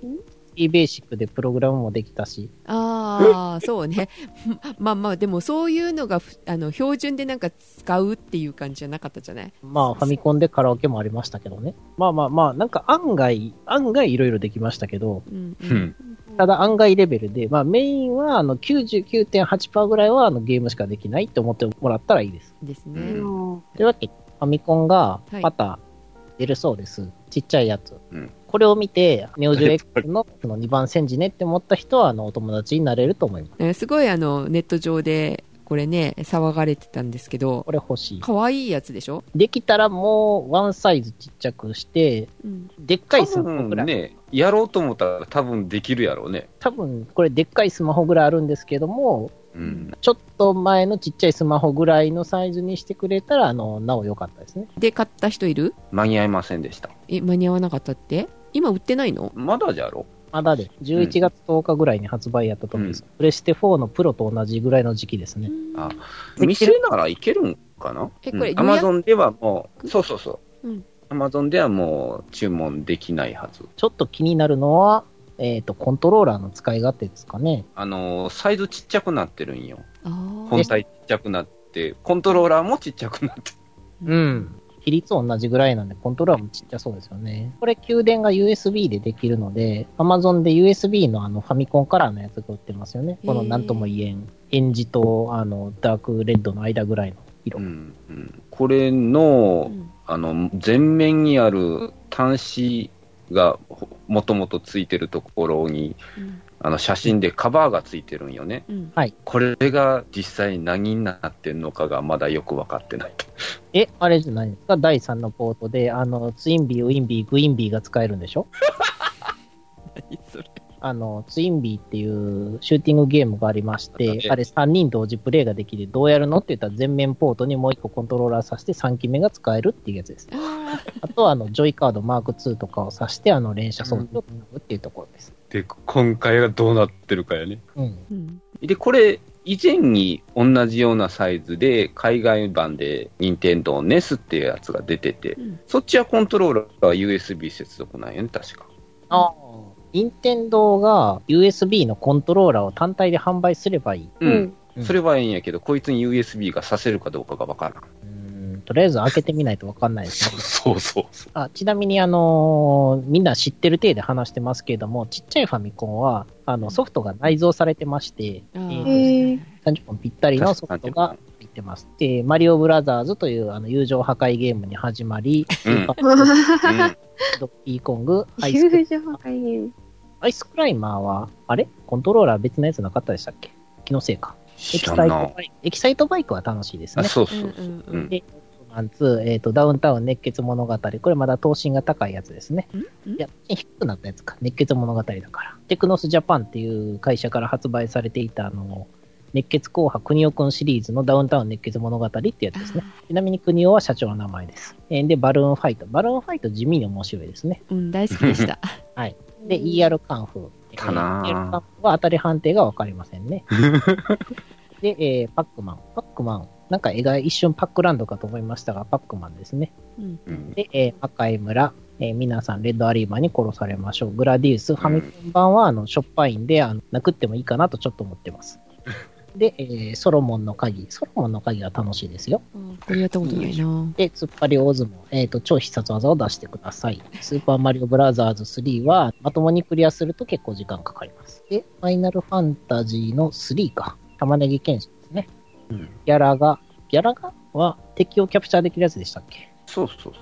Speaker 2: e ベーシックでプログラムもできたし、
Speaker 1: ああそうね まあまあでもそういうのがふあの標準でなんか使うっていう感じじゃなかったじゃない
Speaker 2: まあファミコンでカラオケもありましたけどね。まあまあまあ、なんか案外、案外いろいろできましたけど、
Speaker 1: うんう
Speaker 3: うんん。
Speaker 2: ただ案外レベルで、まあメインはあの99.8%ぐらいはあのゲームしかできないって思ってもらったらいいです。
Speaker 1: です
Speaker 3: う
Speaker 1: ね、
Speaker 3: ん
Speaker 2: というわけで、ファミコンが
Speaker 1: はい
Speaker 2: また出るそうです。ちっちゃいやつ。
Speaker 3: うん
Speaker 2: これを見て、ネオジオ X のその2番戦時ねって思った人は、あの、お友達になれると思います。
Speaker 1: えーすごいあのネット上でこれね騒がれてたんですけど
Speaker 2: これ欲しい。
Speaker 1: 可愛いやつでしょ、
Speaker 2: できたらもうワンサイズちっちゃくして、
Speaker 1: うん、
Speaker 2: でっかいス
Speaker 3: 多
Speaker 2: マホ
Speaker 3: 分
Speaker 2: ぐらい。
Speaker 3: ね、やろうと思ったら多分できるやろうね。
Speaker 2: 多分これでっかいスマホぐらいあるんですけども、
Speaker 3: うん。
Speaker 2: ちょっと前のちっちゃいスマホぐらいのサイズにしてくれたら、あの、なお良かったですね。
Speaker 1: で買った人いる
Speaker 3: 間に合いませんでした。
Speaker 1: え間に合わなかったって今売ってないの
Speaker 3: まだじゃろ
Speaker 2: まだで、11月10日ぐらいに発売やったと思うんです。プレステ4のプロと同じぐらいの時期ですね。
Speaker 3: あ
Speaker 2: できる
Speaker 3: 店ならいけるんかな
Speaker 1: えこれ
Speaker 3: アマゾンではもう、そうそうそう
Speaker 1: うん。
Speaker 3: アマゾンではもう注文できないはず。
Speaker 2: ちょっと気になるのは、えっ、と、コントローラーの使い勝手ですかね。
Speaker 3: あのー、サイズちっちゃくなってるんよ。
Speaker 1: あー
Speaker 3: 本体ちっちゃくなって、コントローラーもちっちゃくなって。
Speaker 2: うん。比率同じぐらいなんで、コントローラーもちっちゃそうですよね。これ、給電が USB でできるので、Amazon で USB のあのファミコンカラーのやつが売ってますよね。この
Speaker 1: へー
Speaker 2: なんとも言えん、エンジとあのダークレッドの間ぐらいの色。
Speaker 3: うん。うんこれの
Speaker 1: う、ん
Speaker 3: あの、前面にある端子がほもともとついてるところに、
Speaker 1: うん
Speaker 3: あの、写真でカバーがついてるんよね。
Speaker 1: うん
Speaker 3: これが実際何になってんのかがまだよく分かってない。
Speaker 2: え、あれじゃないですか第3のポートで、あの、ツインビー、ウィンビー、グインビーが使えるんでしょ
Speaker 1: 何それ
Speaker 2: あの、ツインビーっていうシューティングゲームがありまし
Speaker 3: あった
Speaker 2: て
Speaker 3: ね、
Speaker 2: あれ3人同時プレイができて、どうやるのって言ったら全面ポートにもう1個コントローラーさして3機目が使えるっていうやつです。
Speaker 1: あー
Speaker 2: あとはあの、ジョイカードマーク2とかを挿して、あの、連射装置をつなぐっていうところです。
Speaker 6: で、今回がどうなってるかやね。
Speaker 2: うん。
Speaker 1: うん
Speaker 3: で、これ、以前に同じようなサイズで、海外版で、任天堂 NES っていうやつが出てて、
Speaker 1: うん
Speaker 3: そっちはコントローラーは USB 接続なんよね、確か。
Speaker 2: ああ。任天堂が USB のコントローラーを単体で販売すればいい。
Speaker 3: うん。
Speaker 2: うん
Speaker 3: それはいいんやけど、こいつに USB がさせるかどうかがわからん。
Speaker 2: うんとりあえず開けてみないとわかんないですね。
Speaker 6: そうそうそう。
Speaker 2: あちなみに、あのーみんな知ってる体で話してますけれども、ちっちゃいファミコンは、あの、ソフトが内蔵されてまして、
Speaker 1: あ
Speaker 2: え
Speaker 1: ー
Speaker 2: ー30本ぴったりのソフトが入ってます。で、マリオブラザーズという、あの、友情破壊ゲームに始まり、
Speaker 3: う んうん
Speaker 2: ドッキーコング、アイスク
Speaker 5: 友情破壊ゲー ム。
Speaker 2: アイスクライマーは、あれコントローラー別のやつなかったでしたっけ気のせいか。エ
Speaker 3: 知
Speaker 2: キ
Speaker 3: ら
Speaker 2: サ
Speaker 3: ん
Speaker 2: イト
Speaker 3: な。
Speaker 2: バイク、エキサイトバイクは楽しいです
Speaker 3: あ、
Speaker 2: ね。
Speaker 3: そう
Speaker 1: う
Speaker 3: そ
Speaker 1: ん
Speaker 3: う
Speaker 1: う。ん
Speaker 3: う
Speaker 1: うんん。
Speaker 2: で、マンツー、えっ、と、ダウンタウン熱血物語。これまだ等身が高いやつですね。
Speaker 1: んん
Speaker 2: いや、低くなったやつか。熱血物語だから。テクノスジャパンっていう会社から発売されていた、あの、熱血紅白国オくんシリーズのダウンタウン熱血物語ってやつですね。ちなみに国オは社長の名前です。えーで、バルーンファイト。バルーンファイト地味に面白いですね。
Speaker 1: うん、大好きでした。
Speaker 2: で、ER カンフー。
Speaker 3: かなぁ
Speaker 2: えー ER カンフーは当たり判定がわかりません ね。で、えーパックマン。パックマン。なんか絵が一瞬パックランドかと思いましたが、パックマンですね。
Speaker 3: うん
Speaker 2: で、えー赤い村。えー皆さん、レッドアリーマに殺されましょう。グラディウス、ファミコン版は、あの、しょっぱいんで、あの、なくってもいいかなとちょっと思って ます。で、えーソロモンの鍵。ソロモンの鍵は楽しいですよ。
Speaker 1: うんこれやったことないな。
Speaker 2: で、突っ張り大相撲、えっ、と、超必殺技を出してください。スーパーマリオブラザーズ3は、まともにクリアすると結構時間かかります。で、ファイナルファンタジーの3か。玉ねぎ剣士ですね。
Speaker 3: うん
Speaker 2: ギャラが、ギャラがは敵をキャプチャーできるやつでしたっけ
Speaker 3: そうそうそう。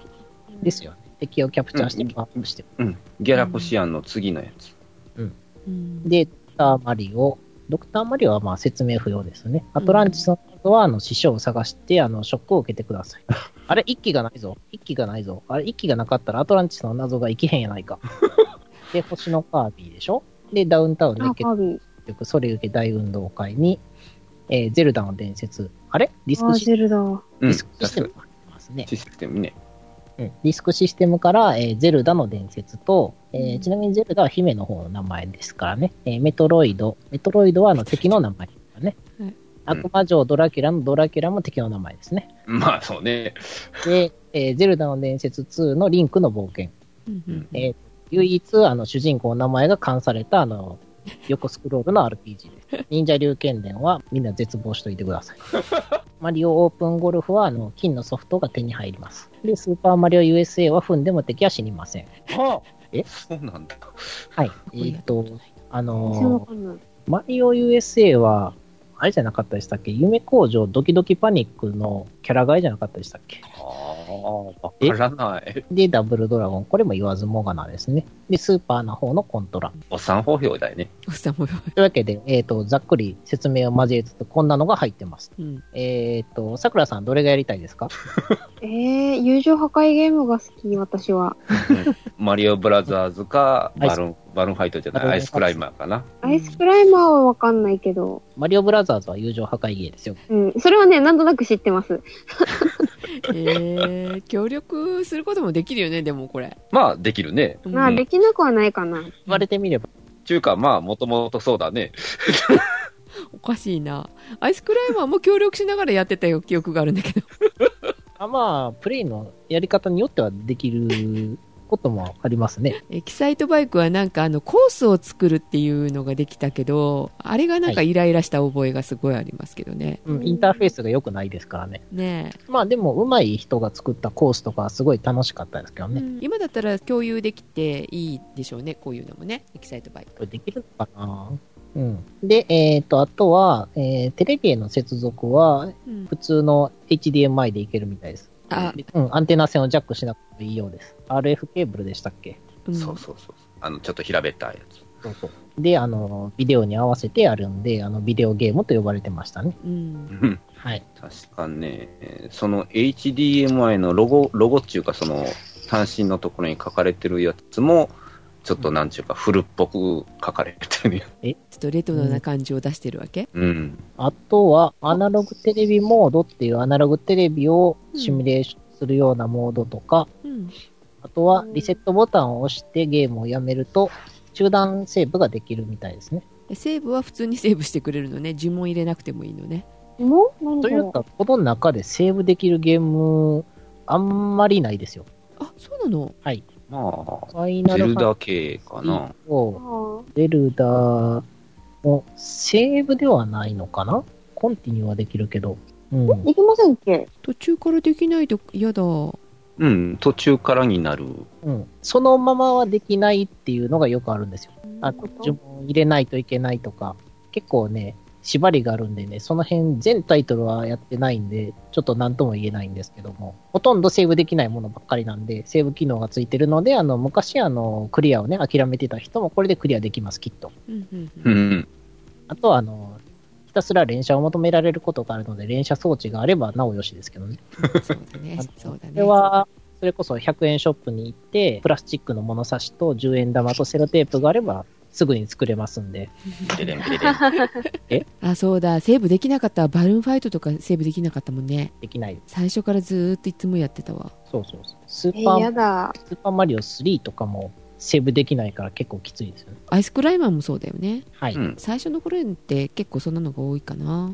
Speaker 2: ですよね。敵をキャプチャーして
Speaker 3: うん
Speaker 2: パワーアップして。
Speaker 3: うん。ギャラコシアンの次のやつ。
Speaker 1: うん
Speaker 2: で、ドクターマリオ。ドクターマリオはまあ説明不要ですね。アトランティスの後はあの師匠を探してあのショックを受けてください。あれ、一機がないぞ。一機がないぞ。あれ、一機がなかったらアトランティスの謎が生きへんやないか。で、星のカービィでしょで、ダウンタウンで
Speaker 5: あ、
Speaker 2: 結
Speaker 5: カービィ。
Speaker 2: 局、それ受け大運動会に、えーゼルダの伝説。あれディス
Speaker 5: あ、
Speaker 2: クシ
Speaker 5: ゼルダ。う
Speaker 3: う
Speaker 2: ディ
Speaker 3: ん。
Speaker 2: スクシステム
Speaker 3: 確
Speaker 2: がありますね
Speaker 3: か。システムね。
Speaker 2: うんディスクシステムから、えーゼルダの伝説と、えー
Speaker 1: うん
Speaker 2: ちなみにゼルダは姫の方の名前ですからね、えーメトロイド、メトロイドはあの敵の名前ですからね
Speaker 1: はい。
Speaker 2: 悪魔城ドラキュラのドラキュラも敵の名前ですね。
Speaker 3: まあそうね。
Speaker 2: で、えーゼルダの伝説2のリンクの冒険。
Speaker 1: うんうん
Speaker 2: えー唯一、あの、主人公の名前が冠された、あの、横スクロールの RPG です。忍者竜剣伝はみんな絶望しといてください。マリオオープンゴルフは、あの、金のソフトが手に入ります。で、スーパーマリオ USA は踏んでも敵は死にません。
Speaker 3: はあ
Speaker 2: え
Speaker 3: そうなんだ。
Speaker 2: はい。え
Speaker 1: これや
Speaker 2: ーっ
Speaker 1: ったことと、ない
Speaker 2: あ
Speaker 5: ちわ
Speaker 2: の
Speaker 5: かんない。
Speaker 2: ーマリオ USA は、あれじゃなかったでしたっけ夢工場ドキドキパニックのキャラ替えじゃなかったでしたっけ
Speaker 3: ああ、わからない。
Speaker 2: で、ダブルドラゴン。これも言わずもがなですね。で、スーパーな方のコントラ。
Speaker 3: お産法表だよね。
Speaker 1: おっさんも。
Speaker 2: というわけで、えーっ、と、ざっくり説明を交えつつ、こんなのが入ってます。
Speaker 1: うん
Speaker 2: えーっ、と、さくらさん、どれがやりたいですか
Speaker 5: えー、友情破壊ゲームが好き、私は。
Speaker 3: マリオブラザーズか、
Speaker 2: アイ
Speaker 3: バ
Speaker 2: ス
Speaker 3: ルーン、バルーンファイトじゃない、ア
Speaker 2: バルーンファイト
Speaker 3: イスクライマーかな。
Speaker 5: アイスクライマーはわかんないけど。
Speaker 2: マリオブラザーズは友情破壊芸ですよ。
Speaker 5: うん。それはね、なんとなく知ってます。
Speaker 1: えー、協力することもできるよね、でもこれ。
Speaker 3: まあ、できるね。
Speaker 1: うん
Speaker 5: まあ、できなくはないかな。
Speaker 2: 言われてみれば、
Speaker 3: ちゅうか、まあ、もともとそうだね。
Speaker 1: おかしいな。アイスクライマーも協力しながらやってたよ、記憶があるんだけど。
Speaker 2: あまあ、プレイのやり方によってはできることもありますね。
Speaker 1: エキサイトバイクはなんかあのコースを作るっていうのができたけど、あれがなんかイライラした覚えがすごいありますけどね。
Speaker 2: うん、インターフェースが良くないですからね。
Speaker 1: ね
Speaker 2: まあでも、上手い人が作ったコースとかはすごい楽しかったですけど
Speaker 1: え、う
Speaker 2: ね。
Speaker 1: ん今だったら共有できていいでしょうね、こういうのもね、エキサイトバイク。
Speaker 2: これできるのかなうん。で、えっ、と、あとは、えーテレビへの接続は、
Speaker 1: うん
Speaker 2: 普通の HDMI でいけるみたいです。
Speaker 1: あ、
Speaker 2: うん、アンテナ線をジャックしなくてもいいようです。RF ケーブルでしたっけ
Speaker 1: うん
Speaker 3: そうそうそう。あの、ちょっと平べったいやつ。
Speaker 2: そうそう。で、あの、ビデオに合わせてあるんで、あの、ビデオゲームと呼ばれてましたね。
Speaker 1: うん。
Speaker 3: うん
Speaker 2: はい。
Speaker 3: 確かね、えーその HDMI のロゴ、ロゴっていうか、その、単身のところに書かれてるやつも、ちょっとなんちゅうか、古っぽく書かれてるやつ。
Speaker 1: ちょっとレトロな感じを出してるわけ、
Speaker 3: うん。
Speaker 2: あとは、アナログテレビモードっていうアナログテレビをシミュレーションするようなモードとか、
Speaker 1: うん
Speaker 2: あとは、リセットボタンを押してゲームをやめると、中断セーブができるみたいですね。
Speaker 1: セーブは普通にセーブしてくれるのね呪文入れなくてもいいのね
Speaker 5: もう何
Speaker 2: と
Speaker 5: それ
Speaker 2: いうか、この中でセーブできるゲーム、あんまりないですよ。
Speaker 1: あそうなの
Speaker 3: ま
Speaker 2: ファイ
Speaker 3: あ、
Speaker 2: ナ
Speaker 3: ゼ
Speaker 2: ル
Speaker 3: ル
Speaker 2: ファン
Speaker 3: ダ系か
Speaker 2: タジ
Speaker 3: な
Speaker 2: ー。と、
Speaker 5: あ
Speaker 2: ゼルダもセーブではないのかなコンティニューはできるけど。うん。
Speaker 5: ーできませんっけ
Speaker 1: 途中からできないと嫌だ
Speaker 3: うん、途中からになる。
Speaker 2: うん。そのままはできないっていうのがよくあるんですよ。あ
Speaker 5: こと
Speaker 2: 順番入れないといけないとか、結構ね、縛りがあるんでね、その辺全タイトルはやってないんで、ちょっと何とも言えないんですけども、ほとんどセーブできないものばっかりなんで、セーブ機能がついてるので、あの、昔あの、クリアをね、諦めてた人もこれでクリアできます、きっと。
Speaker 1: うんうんう
Speaker 3: うんん。
Speaker 2: あとはあの、ひたすら連射を求められることがあるので、連射装置があればなおよしですけどね。
Speaker 1: そうだねそうだね
Speaker 2: これは、それこそ100円ショップに行って、プラスチックの物差しと10円玉とセロテープがあれば、すぐに作れますんで。
Speaker 3: ビレレンビレレン
Speaker 1: あそうだセーブできなかったバルーンファイトとかセーブできなかったもんね
Speaker 2: できない。
Speaker 1: 最初からずーっといつもやってたわ
Speaker 2: そうそうそう。ス
Speaker 5: え
Speaker 2: ーパ
Speaker 5: ー、や
Speaker 2: ー、
Speaker 5: だ。
Speaker 2: スーパーマリオ3とかもセーブできないから結構きついですよね。
Speaker 1: アイスクライマーもそうだよね
Speaker 2: はい。
Speaker 3: う
Speaker 2: うん。
Speaker 3: ん。
Speaker 1: 最初の頃って結構そんなのが多いかな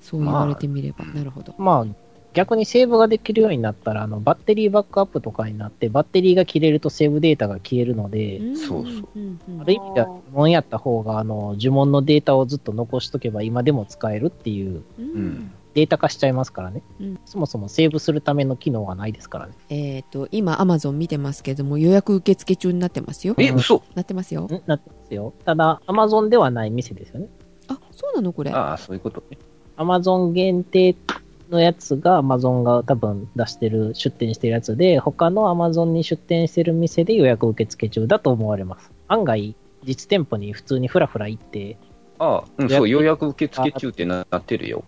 Speaker 1: そう言われてみれば、
Speaker 3: まあ
Speaker 1: なるほど
Speaker 2: まあ、逆にセーブができるようになったら、あの、バッテリーバックアップとかになって、バッテリーが切れるとセーブデータが消えるので、
Speaker 1: ん
Speaker 3: そうそ
Speaker 1: うんうん
Speaker 2: ある意味では
Speaker 5: あー
Speaker 2: 呪文やった方が、あの、呪文のデータをずっと残しとけば今でも使えるっていう、
Speaker 1: うん
Speaker 2: データ化しちゃいますからね。
Speaker 1: うん
Speaker 2: そもそもセーブするための機能がないですからね。
Speaker 1: えっ、と今アマゾン見てますけども予約受付中になってますよ
Speaker 3: え、嘘
Speaker 1: なってますよ
Speaker 2: んなってますよ。ただ、アマゾンではない店ですよね。
Speaker 1: あそうなのこれ
Speaker 3: ああ、そういうことね。
Speaker 2: アマゾン限定のやつが、アマゾンが多分出してる、出店してるやつで、他のアマゾンに出店してる店で予約受付中だと思われます。案外、実店舗に普通にフラフラ行って、
Speaker 3: ああ、うん、そう、予約受付中ってななってるよ。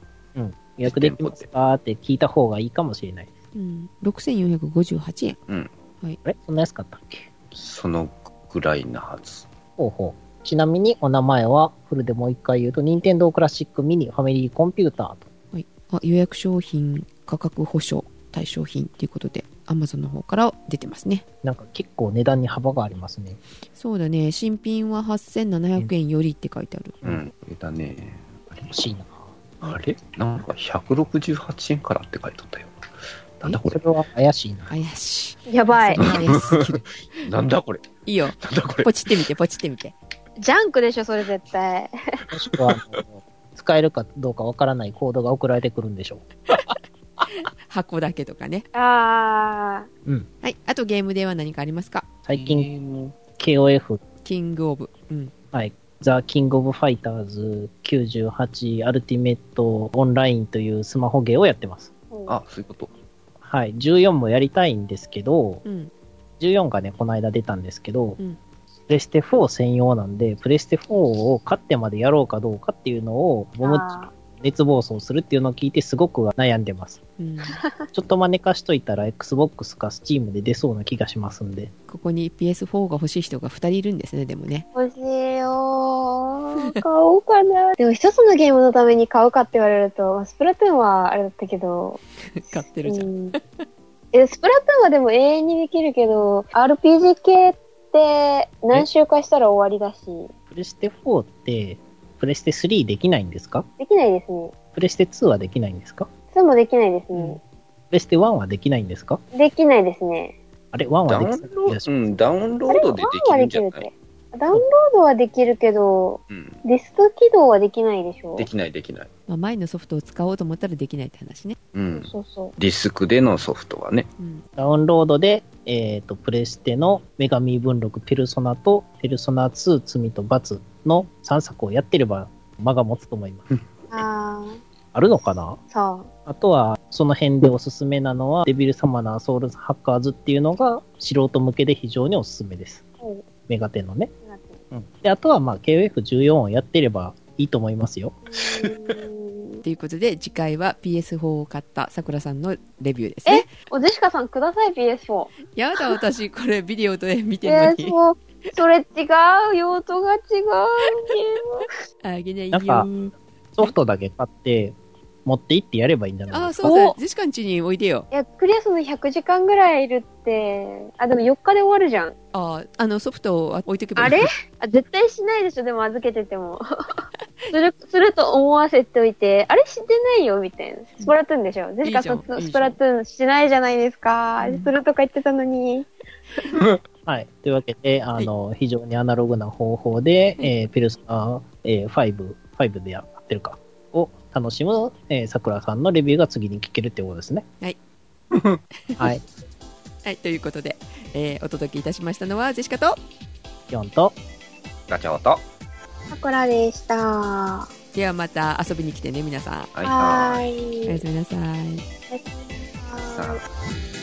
Speaker 2: 予約できますかって聞いた方がいいかもしれない。
Speaker 1: うん、6458円
Speaker 2: あれそんな安かったっけ
Speaker 3: そのぐらいなはず。
Speaker 2: ほうほう。ちなみにお名前は、フルでもう一回言うと、任天堂クラシックミニファミリーコンピューターと。
Speaker 1: あ予約商品価格保証対象品ということでアマゾンの方から出てますね
Speaker 2: なんか結構値段に幅がありますね。
Speaker 1: そうだね新品は8700円よりって書いてある、
Speaker 3: うん。えだね。
Speaker 2: 欲しいな。
Speaker 3: あれなんか168円からって書いとったよ。なんだこ
Speaker 2: そ
Speaker 3: れ
Speaker 2: れは怪しいな。
Speaker 1: 怪し
Speaker 5: やば
Speaker 1: い
Speaker 5: い。
Speaker 1: 怪し すぎる
Speaker 3: なんだこれ
Speaker 1: いいよ
Speaker 3: なんだこれ
Speaker 1: ポチってみてポチってみて
Speaker 5: ジャンクでしょ、それ絶対。
Speaker 2: もしくは、あの 使えるかどうかわからないコードが送られてくるんでしょう。
Speaker 1: 箱だけとかね
Speaker 5: あ
Speaker 1: はいあとゲームでは何かありますか
Speaker 2: 最近、KOF、
Speaker 1: キングオブうん
Speaker 2: ザ・キング・オブ・ファイターズ98アルティメットオンラインというスマホゲーをやってます。
Speaker 5: ー。
Speaker 3: あ、そういうこと。
Speaker 2: はい。14もやりたいんですけど、
Speaker 1: うん
Speaker 2: 14がね、この間出たんですけど、
Speaker 1: うん
Speaker 2: プレステ4専用なんで、プレステ4を買ってまでやろうかどうかっていうのを、ボム
Speaker 5: あー
Speaker 2: 熱暴走するっていうのを聞いてすごく悩んでます。
Speaker 1: うん、
Speaker 2: ちょっと真似かしといたら Xbox か Steam で出そうな気がしますんで。
Speaker 1: ここに PS4 が欲しい人が2人いるんですねでも ね
Speaker 5: 欲しいよー。買おうかな。でも一つのゲームのために買うかって言われると、まあスプラトゥーンはあれだったけど、
Speaker 1: 買ってるじゃん、
Speaker 5: うん、えスプラトゥーンはでも永遠にできるけど RPG 系って何周かしたら終わりだし
Speaker 2: プレステ4って、プレステ3できないんですか
Speaker 5: できないですね
Speaker 2: プレステ2はできないんですか
Speaker 5: それもできないですね、
Speaker 2: プレステ1はできないんですか
Speaker 5: できないですね
Speaker 2: あれ、1は
Speaker 3: ダウ
Speaker 2: で
Speaker 3: ン
Speaker 2: きない
Speaker 3: ロード、うん、ダウンロードでで
Speaker 5: ワ
Speaker 3: き
Speaker 5: ンは
Speaker 3: る
Speaker 5: で
Speaker 3: ん
Speaker 5: き
Speaker 3: じゃ
Speaker 5: るっ
Speaker 3: ない
Speaker 5: てダウンロードはできるけど
Speaker 3: うん。
Speaker 5: ディスク起動はできないでしょ
Speaker 3: できない、できない。
Speaker 1: まあ、前のソフトを使おうと思ったらできないって話ね、
Speaker 3: うん。
Speaker 5: そうそ
Speaker 3: ディスクでのソフトはね。
Speaker 1: うん、
Speaker 2: ダウンロードで、えっ、と、プレステの女神分録ペルソナと、ペルソナ2罪と罰の3作をやってれば、間が持つと思います。
Speaker 5: うあ
Speaker 2: あるのかな
Speaker 5: あさ
Speaker 2: あとは、その辺でおすすめなのは、デビルサマナーソウルハッカーズっていうのが、素人向けで非常におすすめです
Speaker 5: うん。
Speaker 2: メガテンのね。で、あとは、まあ、KOF14 をやってればいいと思いますよ。
Speaker 5: あうーん
Speaker 1: ということで次回は PS4 を買ったさくらさんのレビューですね
Speaker 5: おジェシカさんください PS4
Speaker 1: やだ私これビデオで見てる のに
Speaker 5: PS4 それ違う用途が違うゲーム
Speaker 1: あげない
Speaker 2: なんか
Speaker 1: よ
Speaker 2: ソフトだけ買って、持って行ってやればいいんじゃない
Speaker 1: あ
Speaker 2: で
Speaker 1: あ、
Speaker 2: す
Speaker 1: そうだ
Speaker 4: お、
Speaker 1: ジェシカん家においでよ。
Speaker 4: いや、クリアするの100時間ぐらいいるって、あ、でも4日で終わるじ ゃん。
Speaker 1: ああ、あの、ソフトを置いとけばい
Speaker 4: あ
Speaker 1: い
Speaker 4: れあ絶対しないでしょ、でも預けてても。 する、すると思わせておいて、あれしてないよ、みたいな。スプラトゥーンでしょ。ジェシカ
Speaker 1: いいじゃんいいじゃん
Speaker 4: スプラトゥーンしてないじゃないですか。
Speaker 1: うん
Speaker 4: するとか言ってたのに。
Speaker 2: か。はい。というわけで、あの、非常にアナログな方法で、えーペルソナ、えー、5、5でやってるか、を楽しむ、えー、桜さんのレビューが次に聞けるってことですね。
Speaker 1: はい。
Speaker 2: はい。
Speaker 1: はい、ということで、えーお届けいたしましたのは、ジェシカと、
Speaker 2: 4と、
Speaker 3: ガチャオと。は
Speaker 4: さくらでした。は
Speaker 1: ではまた遊びに来てね、皆さん。
Speaker 3: い
Speaker 4: ー
Speaker 3: い。
Speaker 1: おや
Speaker 4: い。
Speaker 1: すみなさい。
Speaker 4: おやすみなさい
Speaker 3: さあ